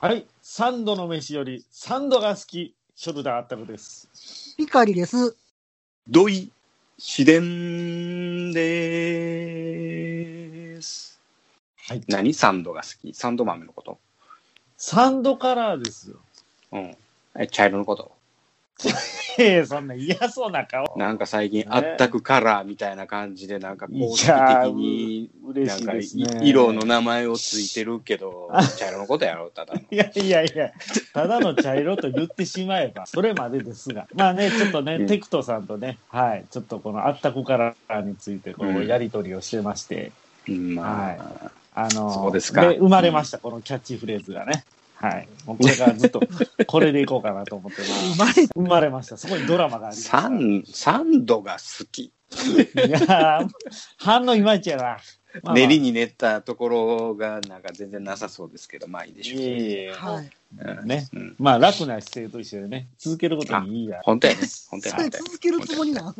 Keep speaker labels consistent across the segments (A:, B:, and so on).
A: はい、三度の飯より三度が好き、ショルダーあったくです。
B: ピカリです。
C: ドイシデンです。
A: はい
C: 何サンドが好きサンド豆のこと
A: サンドカラーですよ。
C: うん。え、茶色のこと
A: ええ、そんな嫌そうな顔。
C: なんか最近、
A: ね
C: あったくカラーみたいな感じで、なんか公式
A: いや
C: 的
A: ー
C: に、
A: 嬉
C: なん
A: しい
C: か
A: で
C: い
A: すね。
C: 色の。名前をついてる けど、茶色のことやろ、ただの。
A: いやいやいや、ただの茶色と言ってしまえば、それまでですが。まあね、ちょっとね、
C: うん
A: テクトさんとね、はい、ちょっとこのあったくカラーについて、こ
C: う
A: うんやりとりをしてまして。
C: うん、まあ、
A: あの
C: そうですか
A: 生まれました、このキャッチフレーズがね。はい。もうこれからずっと、これでいこうかなと思ってます。
B: 生まれ、
A: 生まれました。そこにドラマがあります。
C: サン、サンドが好き。
A: いやー反応いまいちやな。まあまあ
C: 練りに練ったところが、なんか全然なさそうですけど、まあいいでしょう。
A: いえいえ
B: はい。
C: うん
A: ね。
C: うん。
A: まあ、楽な姿勢と一緒でね、続けることにいいや。
C: 本当やね。本当や
B: そ
C: ね
B: れ
C: 本当やね。
B: 続けるつもりなん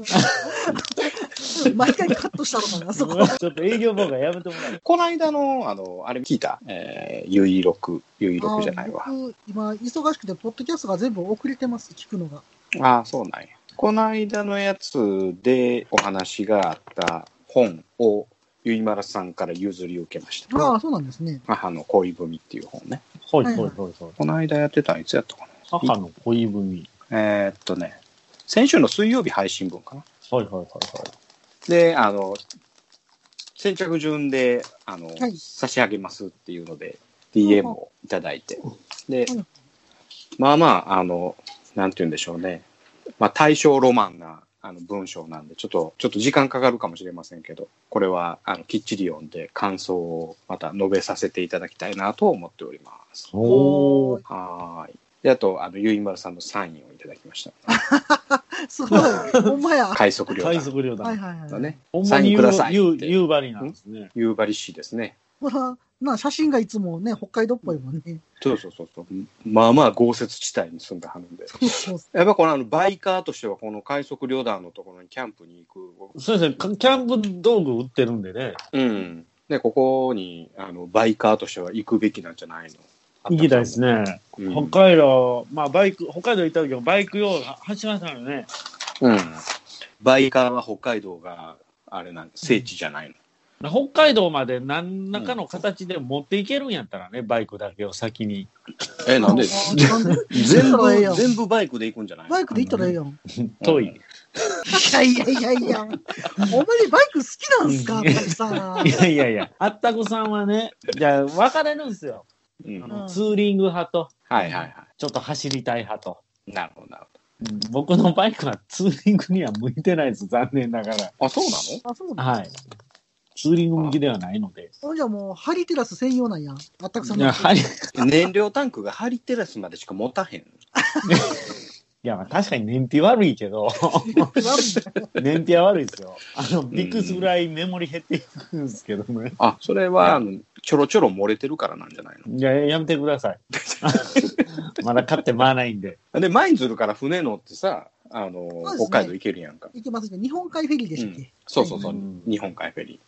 B: 毎回カットしたのかな、そこ。
A: ちょっと営業妨害やめてもらえ
C: この間の、あの、あれ聞いた、えー、ゆいろく、ゆいろくじゃないわ
B: あ。僕、今、忙しくて、ポッドキャストが全部遅れてます、聞くのが。
C: ああ、そうなんや。この間のやつでお話があった本を、ゆいまらさんから譲り受けました。
B: ああ、そうなんですね。
C: 母の恋文っていう本ね。
A: ほいほいほいほい。
C: この間やってたのいつやったか
A: 母の恋文。
C: な。えーっとね、先週の水曜日配信分かな。
A: ほいほいほいほ
C: で、あの、先着順で、あの、
B: はい
C: 差し上げますっていうので、DM をいただいて。で
B: うん、
C: まあまあ、あの、なんて言うんでしょうね。まあ、対象ロマンなあの文章なんで、ちょっと、ちょっと時間かかるかもしれませんけど、これは、あの、きっちり読んで感想をまた述べさせていただきたいなと思っております。
A: い。おー。
C: はーい。で、あと、あの、ゆいまるさんのサインをいただきました。
B: すごい。ほんまや。は
C: 快速量
A: 海賊領
B: いはい
A: 団。
B: はい。
C: のね、
A: ほんま
C: サイ
A: に
C: ン
A: 夕
C: ください
A: 夕
C: って
A: 夕張なんですね。
C: 夕張市ですね。
B: ほら、まあ、写真がいつもね、北海道っぽいもんね。
C: そうそうそうそう。まあまあ豪雪地帯に住んだはずで。
B: そうそう
C: やっぱこのあのバイカーとしては、この快速旅団のところにキャンプに行く。
A: そうですね、かキャンプ道具売ってるんでね。
C: うん。で、ここにあのバイカーとしては行くべきなんじゃないの
A: 行きたいです。ね。
C: うん。
A: 北海道、まあバイク、北海道行った時はバイク用走りましたよね。
C: うんバイカーは北海道があれなん聖地じゃないの。
A: 北海道まで何らかの形で持っていけるんやったらね、バイクだけを先に。
C: え、なんで
B: なんで
C: 全
B: 行ったらええや
C: 部、
B: ん
C: 全部バイクで行くんじゃないの
B: バイクで行ったらええやん。い
A: 遠い。
B: やいやいやいや。お前バイク好きなんすか、やっぱり さ
A: い。やいやいや、あったこさんはね、じゃあ分かれるんですよ。
C: うんうん
A: あ
C: はい
A: のツーリング派と、
C: はいは
A: ちょっと走りたい派と。
C: い。なるほど、なる
A: うん僕のバイクはツーリングには向いてないです、残念ながら。
C: ほど。あ、そうなの
B: あ、そうなの
A: はい。ツーリング向きではないので。
B: ほんじゃもう、ハリテラス専用なんや。あったくさん
A: い
B: の。
A: や、はいい
C: 燃料タンクがハリテラスまでしか持たへん。
A: やまあ確かに燃費悪いけど、 燃費は悪いですよ。あの、ビックスぐらいメモリ減っていくんですけどね。
C: あ、それは、あの、ちょろちょろ漏れてるからなんじゃない
A: いや、やめてください。まだ勝ってまわないんで。
C: ので、舞鶴から船乗ってさ、あの、
B: うですね
C: 北海道行けるやんか。
B: 行きますね。日本海フェリーでしたっ
C: う
B: け
C: ん、そうそうそ
A: う
C: う、
A: ん
C: 日本海フェリー。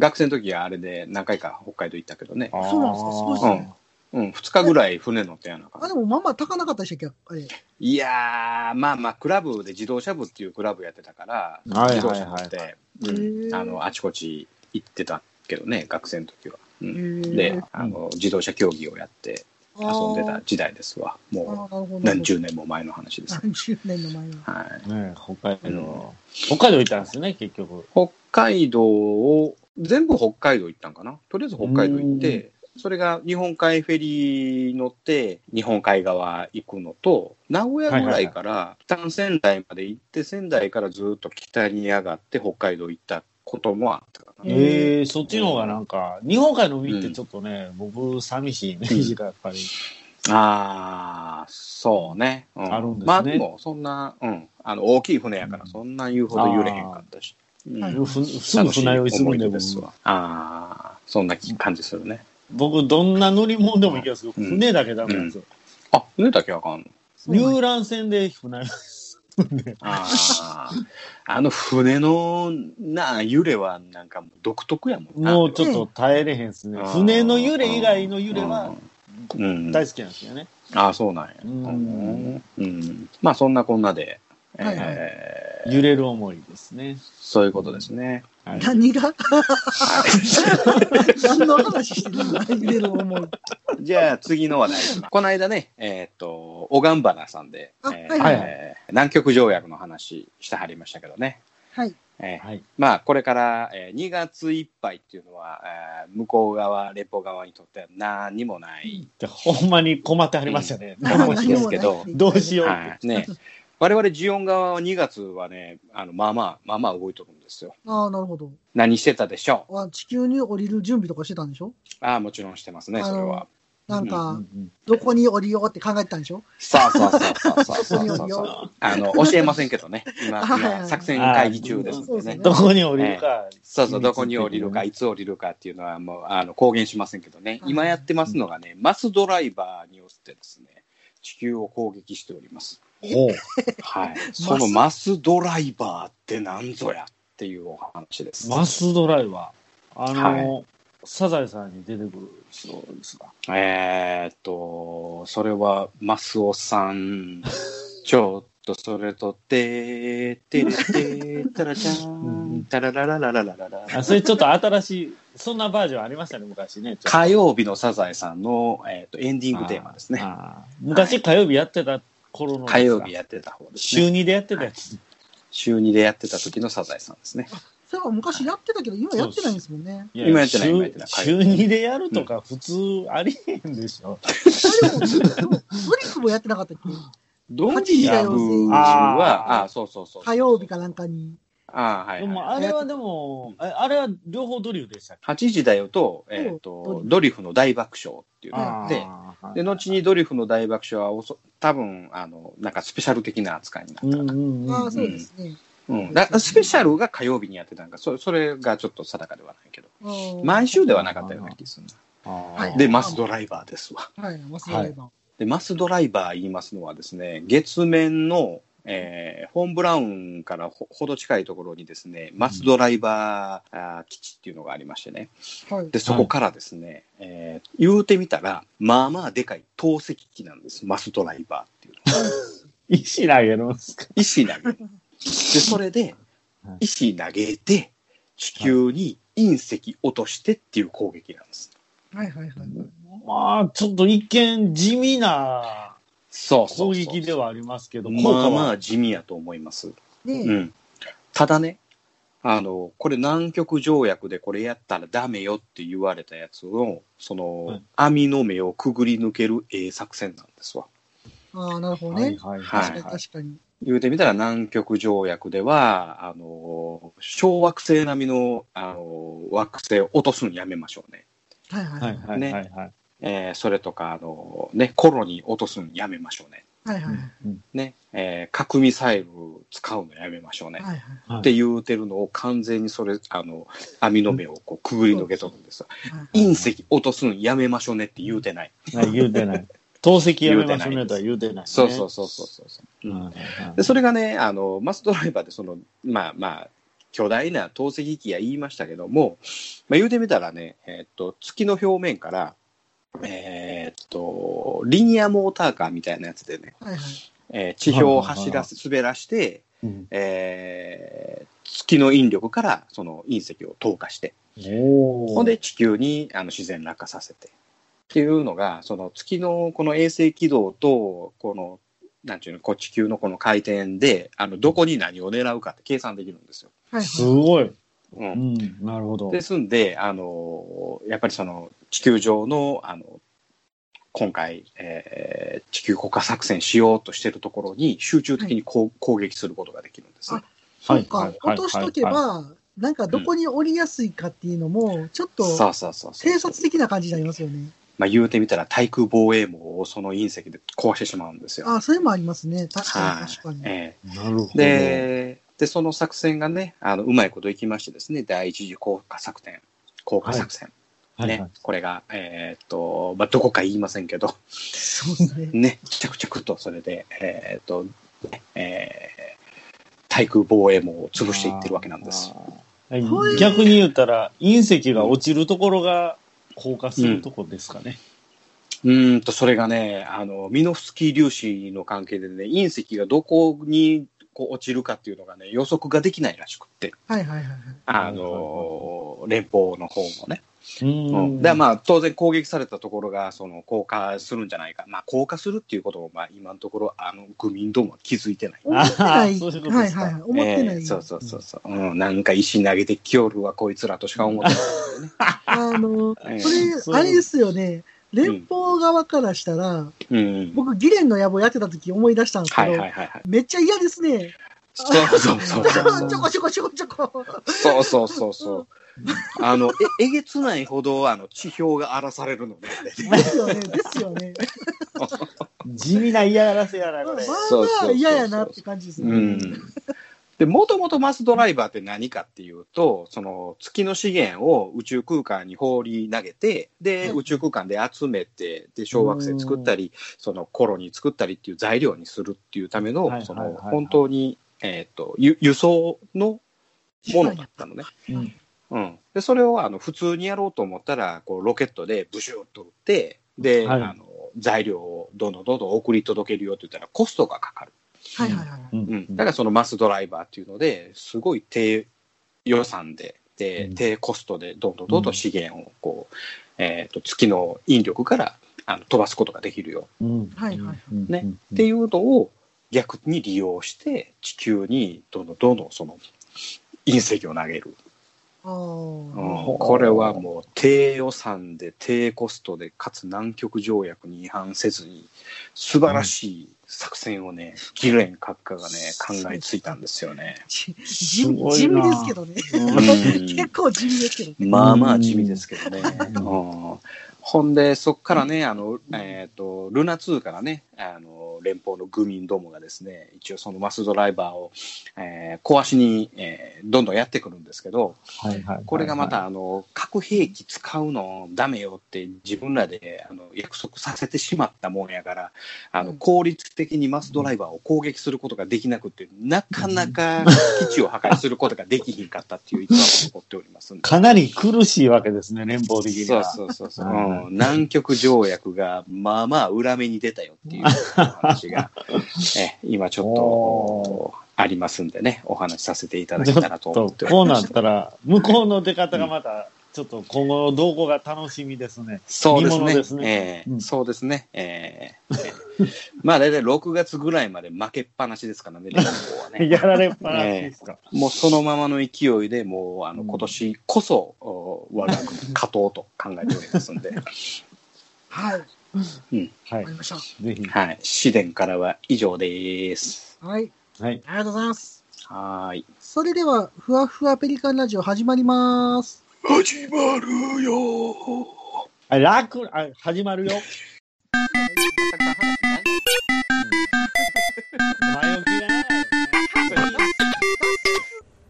C: 学生の時はあれで何回か北海道行ったけどね。
B: そうなんですかすごいですね
C: うん、2日ぐらい船乗ったやなか
B: あ、でもまあまあ高なかったでしたっけあれ。
C: いやー、まあまあ、クラブで自動車部っていうクラブやってたから、
A: はい
C: 自
A: は
C: 動
A: い
C: 車
A: はい
C: 部で、
B: へ
C: うん、
B: ー
C: あの、あちこち行ってたけどね、学生の時は。うん、
B: で
C: で、あの、自動車競技をやって遊んでた時代ですわ。
B: あー
C: も
B: なるほど
C: う、何十年も前の話です。
B: 何十年の前は。
C: はい。
A: ねえ北海道。北海道行ったんですね、結局。
C: 北海道を、全部北海道行ったんかなとりあえず北海道行っ
A: う
C: て、それが日本海フェリー乗って、日本海側行くのと、名古屋ぐらいから北仙台まで行って、仙台からずっと北に上がって北海道行ったこともあったかな。
A: え
B: え
A: えそっちの方がなんか、日本海の海ってちょっとね、僕、寂しいイメージがやっぱり。
C: ああ、そうね。う
A: あるんですね
C: まあでも、そんな、うん、あの、大きい船やから、そんな言うほど揺れへんかったし。うん
B: はい
A: ふすぐ
C: 楽しい
A: 船酔いする
C: 思
A: ん
C: い
A: で、
C: 出
A: 僕
C: ですわ。ああ、そんな感じするね。
A: 僕、どんな乗り物でも行きますけど、
C: うん
A: 船だけダメなんですよ。
C: あ、船だけわかんの
B: そうなんや
A: 遊覧船で船酔いするんで。
C: あーあの船のな揺れはなんかもう独特やもんな。
A: もうちょっと耐えれへんですね。
C: うん
A: 船の揺れ以外の揺れは、
C: うん、
A: 大好きなんですよね。
C: ああ、そうなんや。
A: うん
C: うんうんまあ、そんなこんなで、えー
B: はいは
A: 揺れる思いですね。
C: そういうことですね。
A: はい
B: 何 が
C: はい
B: 何の話してるの入れる思い。
C: じゃあ、次の話題します。この間ね、えーっと、オガンバナさんで、
B: あ
C: え
B: は
C: ー
B: い
A: はいは
C: 南極条約の話してはりましたけどね。
B: はい。
C: えー
A: はい。
C: まあ、これから、えー2月いっぱいっていうのは、えー向こう側、レポ側にとっては何にもない、
A: でほんまに困ってはりますよね。
C: うん
A: どうしよ
C: ですけど
A: うどうしようって。
C: はい、ね。我々、ジオン側は2月はね、あの、まあまあ、まあまあ動いとるんですよ。
B: ああ、なるほど。
C: 何してたでしょう
B: あ地球に降りる準備とかしてたんでしょ
C: ああ、もちろんしてますね、それは。
B: なん
A: う
B: か、
A: ん
B: どこに降りようって考えてたんでしょ
C: そうそうそうそう そうそう
B: そこに
C: そ
B: お
C: う。あの、教えませんけどね。今、
B: はいはい
C: 今作戦会議中ですん
B: そう
C: で
A: う
B: です
C: ね
A: ん。どこに降りるか。
C: そうそう、どこに降りるか、
A: 秘
C: いつ降りるかっていうのはもう、あの、公言しませんけどね。
B: はい
C: 今やってますのがね、マスドライバーによってですね、地球を攻撃しております。
A: 密ほう
C: はい。そのマスドライバーって何ぞやっていうお話です。
A: マスドライバー。あの、サザエさんに出てくる人ですか。
C: えーっと、それは、マスオさん。ちょっと、それと、てー、てれてー、たらちゃ
A: うんうん
C: ん、たららららららら
A: あ
C: ら。
A: それちょっと新しい、そんなバージョンありましたね、昔ね。ちょっと
C: 火曜日のサザエさんの、えーっと、エンディングテーマですね。
A: あー昔火曜日やってた頃のですか
C: 火曜日やってた方ですね。
A: 週2でやってたやつ。
C: 週2でやってた時のサザエさんですね。
B: それは昔やってたけど、今やってないんですもんね。
A: い
C: 今やってない今やってない
A: 週週2でやるとか普通ありえんでしょ。
B: あれでも、でもドリフもやってなかったっけ
C: ド
B: リア
C: ブ
B: ム
C: は、
A: は
C: あ、そうそうそう。
B: 火曜日かなんかに。
C: あはい、
A: で
C: はい。
A: もあれはでも、えあれは両方ドリルでしたっけ
C: 8時だよと、えーっと、ドリフの大爆笑っていうのがあって、
A: あー
C: で、後にドリフの大爆笑はおそ、多分、あの、なんかスペシャル的な扱いになった
A: うん
C: な。
A: うんうん
B: ああ、そうですね。
C: うんだスペシャルが火曜日にやってたんか、それそれがちょっと定かではないけど、
B: うん
C: 毎週ではなかったような気がする
A: あ
B: は
A: ー
B: い
C: な。で、マスドライバーですわ。
B: はい、忘れれば。
C: で、マスドライバー言いますのはですね、月面の、えー、ホーンブラウンからほほど近いところにですね、マスドライバー、あー基地っていうのがありましてね、
B: はい
C: で、。そこからですね、えー言うてみたら、まあまあでかい投石機なんです、マスドライバーっていうのは
A: 石投げるんですか
C: 石投げる。で、それで
A: はい、
C: 石投げて、地球に隕石落としてっていう攻撃なんです。
B: はいはいはい。
A: まあ、ちょっと一見地味な
C: そう
A: 攻撃ではありますけど、効
C: ま
A: 果
C: あま
A: は
C: あ地味やと思います。う
B: で、
C: ん。ただね、あの、これ南極条約でこれやったらダメよって言われたやつを、その、
A: はい
C: 網の目をくぐり抜けるええ作戦なんですわ。
B: ああ、なるほど
A: はい
B: ね。
A: はい
C: は
A: はいい。
B: 確かに確かに。
C: 言うてみたら南極条約では、あの、小惑星並みの、あの、惑星を落とすのやめましょうね。
B: はいはい
A: は
B: はいい。
A: はいはいはい。
C: えーそれとか、あのね、コロニー落とすのやめましょうね。
B: はいはいはい。
A: うん
C: ね、えー核ミサイル使うのやめましょうね。
B: はいはい
A: はい
C: って言うてるのを完全にそれ、あの、網の目をこうくぐり抜けとるんですよ。
B: はい。
C: 隕石落とすのやめましょうねって言うてない。
A: はい言うてない。投石やめましょうねとは言うてない、ね。
C: そうそうそうそうそうそう、
A: うん。
C: うん
A: はいはい
C: で。それがね、あの、マスドライバーでその、まあまあ、巨大な投石機や言いましたけども、まあ、言うてみたらね、えーっと、月の表面から、えーっと、リニアモーターカーみたいなやつでね、
B: はいはい。
C: えー地表を走らせ、滑らして、
A: うん
C: えー月の引力からその隕石を投下して、
A: おー
C: ほんで地球にあの自然落下させて。っていうのが、その月のこの衛星軌道と、この、なんていうの、こう地球のこの回転で、あの、どこに何を狙うかって計算できるんですよ。
B: はい
A: す
B: は
A: ごい。
C: う。
A: うんん、なるほど。
C: ですんで、あの、やっぱりその地球上の、あの、今回、えー地球国家作戦しようとしてるところに集中的にこう、攻撃することができるんですね。
B: い。そう
A: は
B: か
A: い、はい
B: 落としとけ
A: は
B: ば、なんかどこに降りやすいかっていうのも、ちょっと
C: そうそうそうそう
B: 偵察的な感じになりますよね。
C: まあ、言うてみたら対空防衛網をその隕石で壊してしまうんですよ。
B: ああ、それもありますね。確か
C: はい
B: に確かに。
C: え
A: なるほ
C: え
A: ど。
C: ででその作戦がねあのうまいこといきましてですね第一次降下作戦降下作戦、
A: はい
C: ね、
A: はい
C: これが、えーっとまあ、どこか言いませんけど
B: そうですね。
C: ね着々とそれで、えーっとえー対空防衛網を潰していってるわけなんです。
A: あー
B: そういう
A: 逆に言ったら、隕石が落ちるところが降下するとこですかね。
C: うーんと、それがね、あの、ミノフスキー粒子の関係でね、隕石がどこにこう落ちるかっていうのがね、予測ができないらしくって、
B: はいはいはいはい。
C: あの、連邦の方もね。
A: う
C: うんん、で、まあ、当然攻撃されたところが、その、降下するんじゃないか。まあ、降下するっていうことも、まあ、今のところ、あの、愚民どもは気づいてない。
B: 思ってな
A: あー
B: い。
A: そういうこと
B: は
A: で
B: い
A: すか
B: はいはい。思ってない。
C: えーそうそうそうそう、うん。なんか石投げてきおるわ、こいつらとしか思って
B: あの、
C: ない、ね
B: そ
A: そ
B: れ、
A: う
B: あれですよね。連邦側からしたら、
C: うん。
B: 僕、ギレンの野望やってた時思い出したんですけ
C: はいはい
B: ど
C: はい、はい。
B: めっちゃ嫌ですね。
C: そうそうそう
B: ち
C: そう
B: ょこちょこちょこちょこ。
C: そうそうそ うそう。あの、え、えげつないほど、あの、地表が荒らされるので、
B: ですよね。ですよね。
A: 地味な嫌がらせやな、
B: まあ
A: これ。
C: そう
B: ま
C: そう
B: あ嫌やなって感じです
C: う
B: ね。
C: ん。で、もともとマスドライバーって何かっていうと、その月の資源を宇宙空間に放り投げて、で、
B: うん
C: 宇宙空間で集めて、で、小惑星作ったり、そのコロニー作ったりっていう材料にするっていうため
A: はいはい
C: の、
A: はい
C: その本当に、えっと、ゆ輸送のものだったのね。
A: うん
C: うん、でそれをあの普通にやろうと思ったらこうロケットでブシューッと打ってで、
A: はい
C: あの材料をどんどんどんどん送り届けるよって言ったらコストがかかる、
B: はいはいはい。
A: うん
C: うん、だからそのマスドライバーっていうのですごい低予算でで、
A: うん
C: 低コストでどんどんどんどん資源をこう、えー、と月の引力からあの飛ばすことができるよ
A: うん
B: はいはい
A: うん
C: ね
A: うん
C: っていうのを逆に利用して地球にどんどんどんどんその隕石を投げる
B: ああ。
C: うんこれはもう低予算で低コストでかつ南極条約に違反せずに素晴らしい作戦をね、ギレン閣下がね考えついたんですよね。
B: 地味
A: す
B: 地
A: ごいな
B: 味ですけどね。
C: うん
B: 結構地味ですけどね。
C: まあまあ地味ですけどね。
A: う
C: うんほんでそっからねあの、えー、とルナ2からねあの連邦の愚民どもがですね一応そのマスドライバーを、えー壊しに、えーどんどんやってくるんですけど、
A: はいはいはい
C: これがまた、あの、核兵器使うのダメよって自分らであの約束させてしまったもんやから、あ
B: う
C: の、
B: ん
C: 効率的にマスドライバーを攻撃することができなくって、なかなか基地を破壊することができひんかったっていう一話を残っておりますんで。
A: かなり苦しいわけですね、連邦的に
C: そう
A: は。
C: そうそうそう、
A: はいはい
C: うん南極条約がまあまあ裏目に出たよっていう話 がえ今ちょ
A: お
C: っとありますんでねお話しさせていただ
A: ち
C: け
A: ょ
C: たら
A: っ
C: と思っ
A: と
C: ており
A: こうな
C: ます
A: ったら、向こうの出方がまた、ちょっと今後の動向が楽しみですね。
C: そうです
A: 見
C: ね。
A: 物ですね
C: ええ
A: うん
C: そうですね。えええ えまあ、大体6月ぐらいまで負けっぱなしですからね、連合はね。
A: やられっぱなしですか。
C: もうそのままの勢いで、もう、あの、
A: うん
C: 今年こそ、お我が国勝とうと考えておりますんで、
B: はい。わか
A: はい
B: り。まし
A: ぜひ。
C: はい。試練からは以上です。
B: た。はい。
A: はい。
B: ありがとうございます。
C: はーい。
B: それでは、ふわふわペリカンラジオ始まります。
C: 始まるよ
A: あ楽、あ、始まるよ。前置きがない。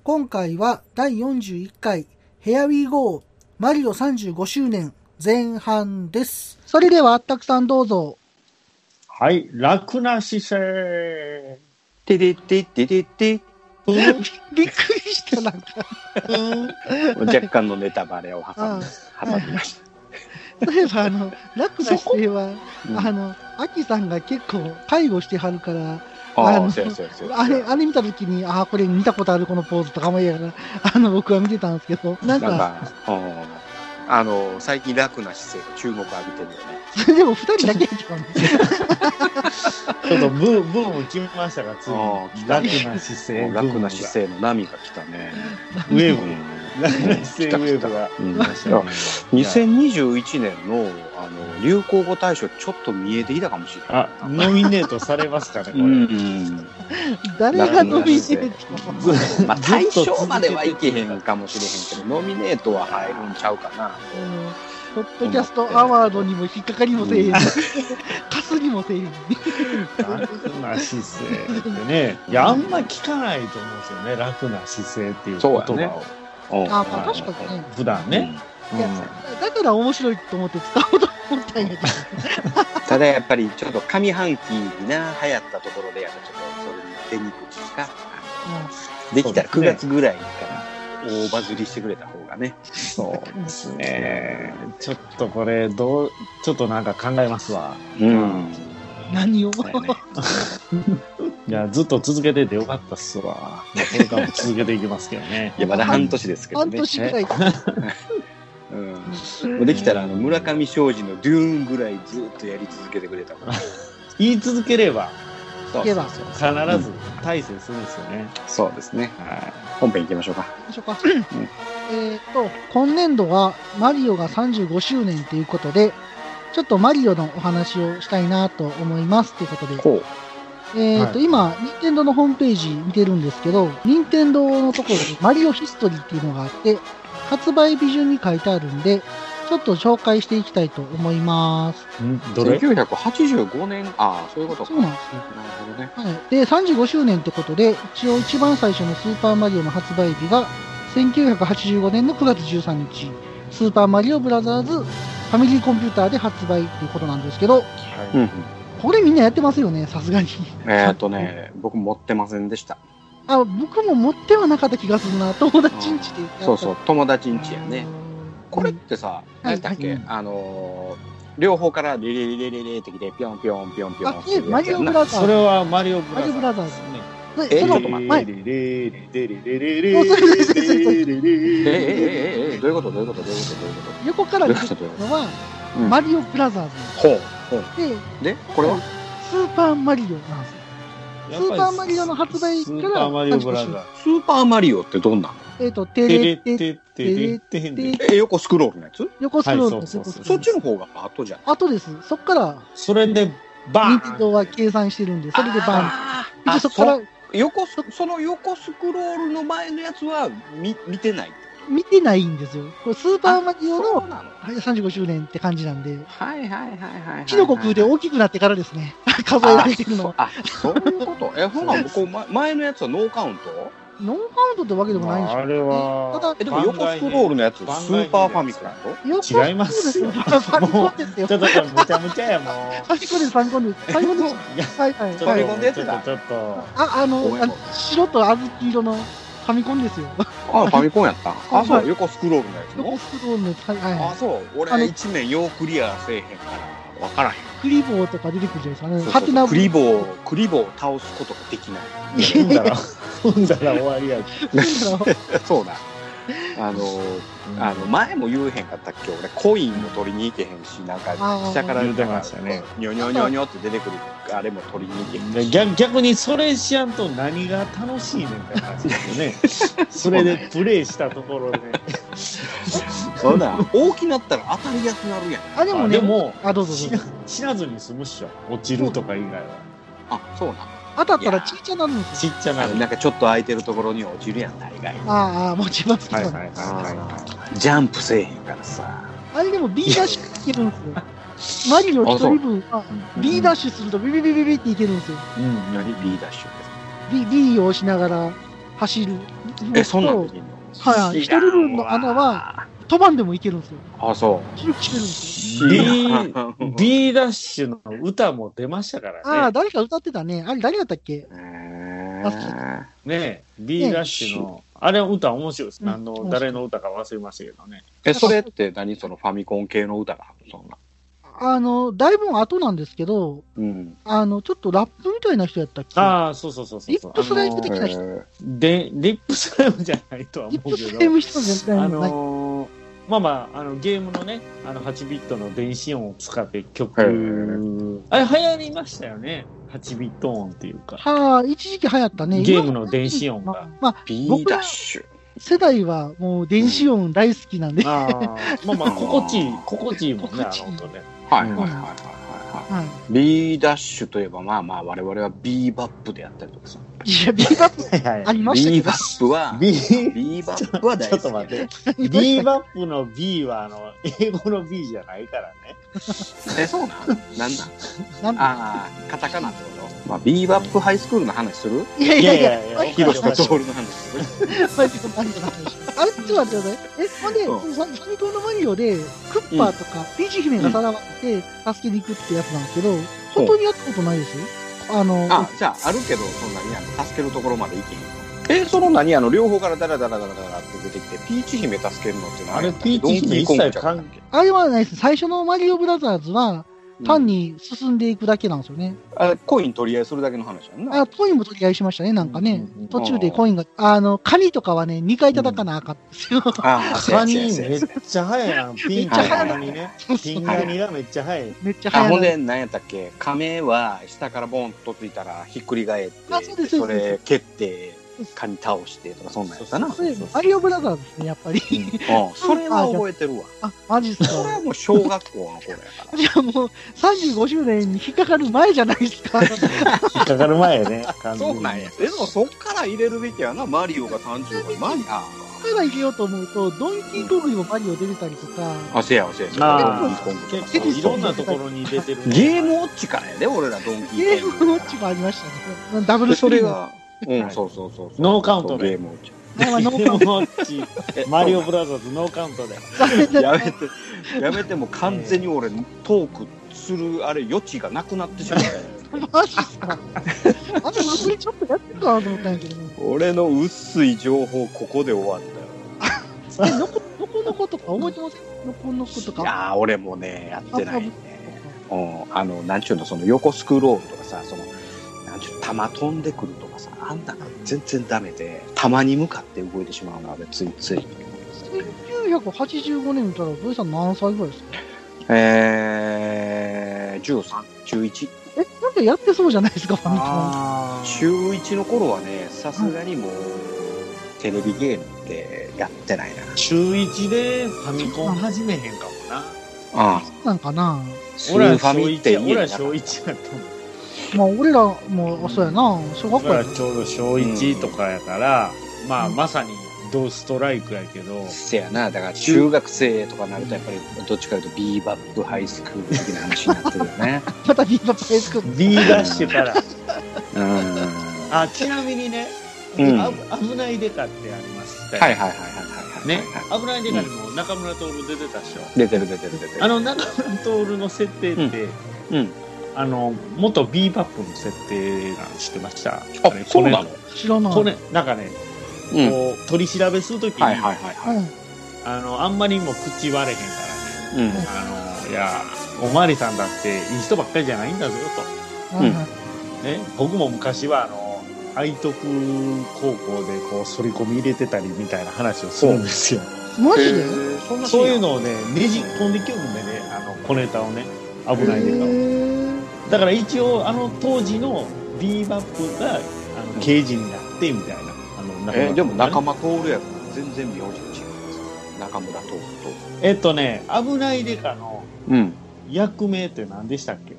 B: 今回は第41回ヘアウィーゴーマリオ35周年前半です。それではあったくさんどうぞ。
A: はい。楽な姿 勢。
C: てでててでて、
B: びっくりした、なんか。
C: 若干のネタバレを挟
B: あ
C: み、
B: あ
C: 挟みました。
B: そういえば、あ の、楽な姿勢は、
C: うん
B: あの、アキさんが結構介護してはるから、
C: あ
B: あ
C: あ、
B: の
C: そうやそうやそうや
B: あれ、あれ見たときに、ああ、これ見たことある、このポーズとかもいやから、 あの、僕は見てたんですけど、なん
C: なん
B: か、
C: か、 うんあの、最近楽な姿勢が注目を浴びてるよね。
B: それでも二人だけやけどね
A: ちょっとブーブーム決めましたが、つい
C: あー来
A: に。
C: た
A: 楽
C: ね
A: な姿勢。
C: 楽な姿勢の波が来たね。
A: ウェー
C: う
A: ブ。
C: ん
A: 楽な姿勢ウェーブが。
C: うん
A: 来ましたね
C: 2021年のあの流行語大賞ちょっと見えていたかもしれない。
A: あ、ノミネートされますかね、こ
C: う
A: れ。
C: ん、
B: 誰が伸びてる
A: ず
C: まあ
A: ずっ
C: 大
A: と続けて
C: 賞まではいけへんかもしれへんけどノミネートは入るんちゃうかな
B: うんポッドキャストアワードにも引っかかりもせえへん。
C: うん
B: カスにもせえ へん。
A: 楽な姿勢ってね。いや、あんま聞かないと思うんですよね。楽な姿勢っていう言
C: そうや
A: 葉
C: ね
A: を。
C: うん
B: あ、まあ確かにね。
A: 普段ね。
B: いやだから面白いと思って使おうと思ったんや けど。
C: うんただやっぱりちょっと上半期にな流行ったところでやっぱちょっとそれに出にくいかできたら9月ぐらいか大バズりしてくれた方がね。
A: そうですね。ちょっとこれ、どう、ちょっとなんか考えますわ。
C: うん。
D: 何を、
C: そう やね
A: いや、ずっと続けててよかったっすわ。これからも続けていきますけどね。
C: いや、まだ半年ですけど
D: 半
C: ね。
D: 年ぐらい
C: うん。できたら、あの、村上昌司のデューンぐらいずっとやり続けてくれた方が。
A: 言い続ければ、
C: そう
D: では
C: そう
A: 必ず大成するんですよね。
C: そうそうですね。
A: は
C: 本編行きましょうか。
B: でしょうか。えっと、今年度はマリオが35周年ということで、ちょっとマリオのお話をしたいなと思いますということで、
C: こう。
B: えっと、
A: はい
B: 今、任天堂のホームページ見てるんですけど、任天堂のところにマリオヒストリーっていうのがあって、発売日順に書いてあるんで、ちょっと紹介していきたいと思います。
A: い。んどれ
C: 1985年、ああ、そういうことか。
B: そうなん
C: なる
B: ですよ。
C: ほどね。
B: はい、で35周年ってことで一応一番最初の「スーパーマリオ」の発売日が1985年の9月13日「スーパーマリオブラザーズファミリーコンピューター」で発売っていうことなんですけど
C: うんうん。
B: これみんなやってますよねさすがに
C: えーっとね、僕持ってませんでした。
B: あ僕も持ってはなかった気がするな友達んちでやった
C: そうそう、友達ん家やね。これってさ、
B: は
C: 何
B: い
C: やったっけ、
B: はい
C: あのー、両方からリリリリリリってきて、ぴょんぴょんぴょんぴょ
B: あ
C: ん
B: えマリオブラザ
A: そ
B: ー
A: れ
B: ズ
A: はマリオブ
B: マ
A: ラザー
B: リ
A: ズ。
B: オブラザーズ
A: ね
B: で
C: え
B: そ
C: ちょっ
B: の
C: と待って
B: 前
C: ええええええどういうことどういうことどういうことどうい
B: 横から出
C: うこ
B: てくるのは
C: うん
B: マリオブラザー
C: とほうほう。
B: ズで
C: で、これは
B: スーパーマリオなんですよスーパーマリオの発売
A: ス
B: から
A: ーパーマリオブラザーズ。
C: スーパーマリオってどんなの
B: えっ、と、テ
A: て
B: レ
A: れ
B: テ
A: ててれてんで
B: て。
C: え、横スクロールのやつ
B: 横スクロール
A: は
B: で
A: い
B: す、
A: そう
B: 横
A: そう
B: ス
A: そう
B: クロ
C: そ
B: ー
C: っ
B: ル。
C: ちの方が後じゃん。
B: あとです、そっから、
A: それで、バ
B: 任
A: ー
B: 天
A: ン
B: 堂は計算してるんで、それでバ
C: あ
B: ーン。一応そっから、
C: 横スその横スクロールの前のやつは見見てない。
B: 見てないんですよ。これ、スーパーマリオ
C: そ
B: の
C: うなの
B: はい35周年って感じなんで、
C: はいはいはいはいはいはい。
B: キノコ食うて大きくなってからですね、数えられてるのは。
C: あ、そういうこと。え、ほな、こう、ま、前のやつはノーカウント。
B: ノンカウントってわけでもないんでしょ
A: あれは、
C: え、でも、横スクロールのやつ、スーパーファミコンやろ。
B: 横スクロールですよ
A: 違い
B: フ
A: ま
B: ァミコンですよ。
A: ちょっ
B: フ
A: とこれむちゃむちゃやもん。
B: ァミコンです、ファミコンです。ファミコンです。はいはい
A: ち
C: ファミ
B: はい。
C: コンのやつだ
A: ょっと、ちょっと。
B: あ、あ
C: ご
B: の
C: め、ん
B: あの白と小豆色のファミコンですよ。
C: あ、ファミコンやったん。あ、
B: は
C: そう、
B: い
C: 横スクロールのや つ
B: 横
C: の。
B: スクロールの、はいはいはい
C: あ、。そう、
B: あの
C: 俺、一面ようクリアせえへんから、わからへん。
B: クリボーとか出てくるじゃないですか。ハテ
C: そうそう
B: ナ
C: クリボー、クリボーを倒すことができない。
A: 踏んだら、踏んだら終わりや。
C: そう だ。あの、あの、前も言うへんかったっけ、俺、コインも取りに行けへんし、なんか
B: あー、
C: 下から。
A: 言うてましたね。
C: にょにょにょにょって出てくる、あれも取りに行けへんし。
A: 逆逆にそれしやんと何が楽しいねんって話です よね。それでプレイしたところで。
C: そうだ。大きなったら、当たりやすくなるやん。
B: あ、でも
A: あ
B: ね、
A: でも、
B: あ、どうぞ
A: 死
B: どう
A: な
B: ぞ。
A: 死なずに済むっしょ。落ちるとか以外は。
C: あ、そうな。
B: 当たったらちいちゃなるんですよ。
A: ちっちゃな
C: あのなんかちょっと空いてるところに落ちるやん大概
B: あーあー、持ちますけ
A: はい
B: ど
A: はい。はいは
C: ジャンプせえへんからさ
B: あれでも B ダッシュいけるんですよ。マリオ一人分は B ダッシュするとビビビビビっていけるんですよ。
A: い。うん。
C: 何 B ダッシュ
B: B, B を押しながら走る。
C: えそんなんできんの
B: はいはい
C: 知らんわ
B: 一人分の穴は飛ばんでもいけるんですよ。
C: あそ
B: 広く切れるんですよ。
C: う
A: B、B ダッシュの歌も出ましたからね。
B: ああ、誰か歌ってたね。あれ誰だったっけ
C: え
B: あ
C: ー
A: ねえ、B ダッシュの、あれ歌面白いです。
B: うん
A: あの、誰の歌か忘れましたけどね。
C: えそれって何そのファミコン系の歌がそんな
B: あの、だいぶ後なんですけど、
C: うん
B: あの、ちょっとラップみたいな人やったっけ
A: ああ、そうそうそうそう
B: リ
A: そ
B: ッ
A: う。
B: プスライム
A: あ
B: 的
A: の
B: な人。
A: で、リップスライムじゃないとは
B: リッ
A: 思う
B: プ
A: け
B: ス
A: ど
B: ライ。ム人じゃない
A: あのーまあまあ、あのゲームのね、あの8ビットの電子音を使って曲、
C: へ
A: あれ流行りましたよね。8ビット音っていうか。
B: はあ、一時期流行ったね。
A: ゲームの電子音が。
B: まあ、
C: B ダッシュ
B: 世代はもう電子音大好きなんで、
A: ああ、 まあまあ、心地いい、心地いいもんね、あの音ね。
C: はいはい
A: うん
C: はいはいはいは
B: はい
C: い B ダッシュといえばまあまあ我々は B バップでやったりとかさ
B: いや、ビーバップ
A: はい
B: ありましたけ
C: B
B: ど
C: バ、ップは
A: B、
C: B バップは大
A: ちょ
C: 好
A: っと待
C: き
A: って。B バップの B は、あの、英語の B じゃないからね。
C: えそうなんなんなん
B: なんだ
C: ああ、カタカナってことまあ、ビーバップハイスクールの話する
B: いやいやいや、
A: い
B: マリコ
C: 広
A: 広瀬
C: 瀬徹
A: 徹
C: の話する
B: マリコマリコの話あれ、ちょっと待ってください。え、ほんで、
C: う
B: ファミコンのマリオで、クッパーとか、ピーチ姫がさらわれて、助けに行くってやつなんですけど、本当にやったことないですよ。あの、
C: あ、じゃあ、あるけど、そんなにあの助けるところまで行けへん。え、その何あの、両方からダラダラダラダラって出てきて、ピーチ姫助けるのって何
A: あれピーチ姫一切関係
B: あれはないです。最初のマリオブラザーズは、単
C: に。
B: に進んでいくだけなんですよね。
C: あコイン取り合いするだけの話やんな。
B: あ、コインも取り合いしましたね、なんかね
A: うんうんうん。
B: 途中でコインが、あの、カニとかはね、2回叩かなあかんですよ。
C: あー、
A: カニ
C: そうやそうや
A: めっ
C: そうや
A: ちゃ早いやん。ピン
B: めっちゃ
A: カ
B: 早い
A: ニね。
B: そうそう
A: ピンカニがめっちゃ早い。
B: めっちゃ
C: あ、ほ
B: 早
C: ん
B: い。
C: で、何やったっけ亀は下からボンとついたらひっくり返って、
B: あそうですそうです
C: れ蹴って、カニ倒してとか、そんなんやったな。
A: そうそう
B: マリオブラザーズですね、やっぱり。
C: うんそれは覚えてるわ。
B: あ、マジっす
C: それは
B: か。
C: もう小学校の頃やから。
B: じゃあもう、35周年に引っかかる前じゃないです か。
A: 引っかかる前やね。完全に
C: そうなんや。でもそっから入れるべきやな、マリオが35に。マリあ
B: から入れようと思うと、ドンキーコングにもマリオ出てたりとか、
C: ーあ、せやせやせや。
A: あ
B: ー
C: ドンキーコング
A: 結構いろんなところに出てる。
C: ゲームウォッチからやで、俺らドンキ
B: ゲ
C: ー
B: ー
C: コング。
B: ムウォッチもありましたね。ダブル
C: で
B: ス
C: そ
B: クリ
C: れ
B: ーン。
C: が、うん、そうそうそうそう。
A: ノーカウントで
C: ゲームウォッチ。
B: 前はノー
A: ゲー
B: カ
A: ム
B: ウ
A: ウ
B: ント
A: ォッチ、マリオブラザーズノーカウントで。
B: 残念なが
C: や
B: ら
C: めて、やめて、もう完全に俺、トークする、あれ、余地がなくなってしまった。
B: マジっすか。 あと、祭りちょっとやってるかなと思ったんやけどね。
C: 俺の薄い情報、ここで終わったよ。
B: え、のこ、のこのことか覚えてませんのこのこと
C: い
B: か。
C: やー、俺もね、やってないね。うん、あの、なんちゅうの、その横スクロールとかさ、その、なんちゅうの、弾飛んでくるとかさ、あんなが全然ダメで、弾に向かって動いてしまうのは、ついつい。
B: 1985年見たら、土井さん何歳ぐらいですか
C: えー、13、11。
B: え、なんかやってそうじゃないですか、ファミコン。
A: あ
C: 中1の頃はね、さすがにもう、テレビゲームってやってないな。
A: 中一でファミコン始めへんかもな。
C: ああ、
B: なんかな
C: ス
A: 俺
C: ー
A: は
C: ファ
A: 小
C: ミって
A: 一
C: 家
A: や、
C: に
A: 俺
C: な
A: は
C: か
A: 小
C: っ
A: 一やったもん。
B: まあ、俺らも、そうやな小学
A: 僕
B: 校や
A: ら
B: な
A: ちょうど小一とかやから、まあ、まさにドストライクやけど
C: た。、せやな、だから中学生とかになるとやっぱりどっちかというとビーバップハイスクール的な話になってるよ ね。
B: またビーバップハイスクール
A: B ダッシュから。
C: うん。
A: あ、ちなみにね、
C: うん
A: あぶ危ないデカってありましたよ
C: はいはいはいはいはいはい。
A: ね、危ないデカにも中村徹出てたっしょ。
C: 出てる出てる出てる。
A: あの、中村徹の設定って、
C: うん。
A: あの、元ビーバップの設定なん知ってました
C: あ
A: れ、
C: そうなの
B: 知らない。
A: これ、これなんかね、
C: うん。はい
A: こう、取り調べするときに、
C: はいはいは
B: うん。
A: あの、あんまりもう口割れへんか
C: い。うん。
A: らね、あの、いや、おまわりさんだっていい人ばっかりじゃないんだぞ
B: はいはい
A: と。ね、僕も昔は、あの、愛徳高校でこう、反り込み入れてたりみたいな話をするんですよ。
B: マジで
C: へーそんなシーン
A: そういう
C: や
A: のをね、ねじ込んできよるんでね、あの、小ネタをね、危ないでかを
B: へー
A: だから一応、あの当時のビーバップが、あの、刑事になって、みたいな。あの、中村
C: えーでも仲間通るやから全然名字が違うんですよ中村徹と。
A: えっとね、危ないデカの
C: うん。
A: 役名って何でしたっけっ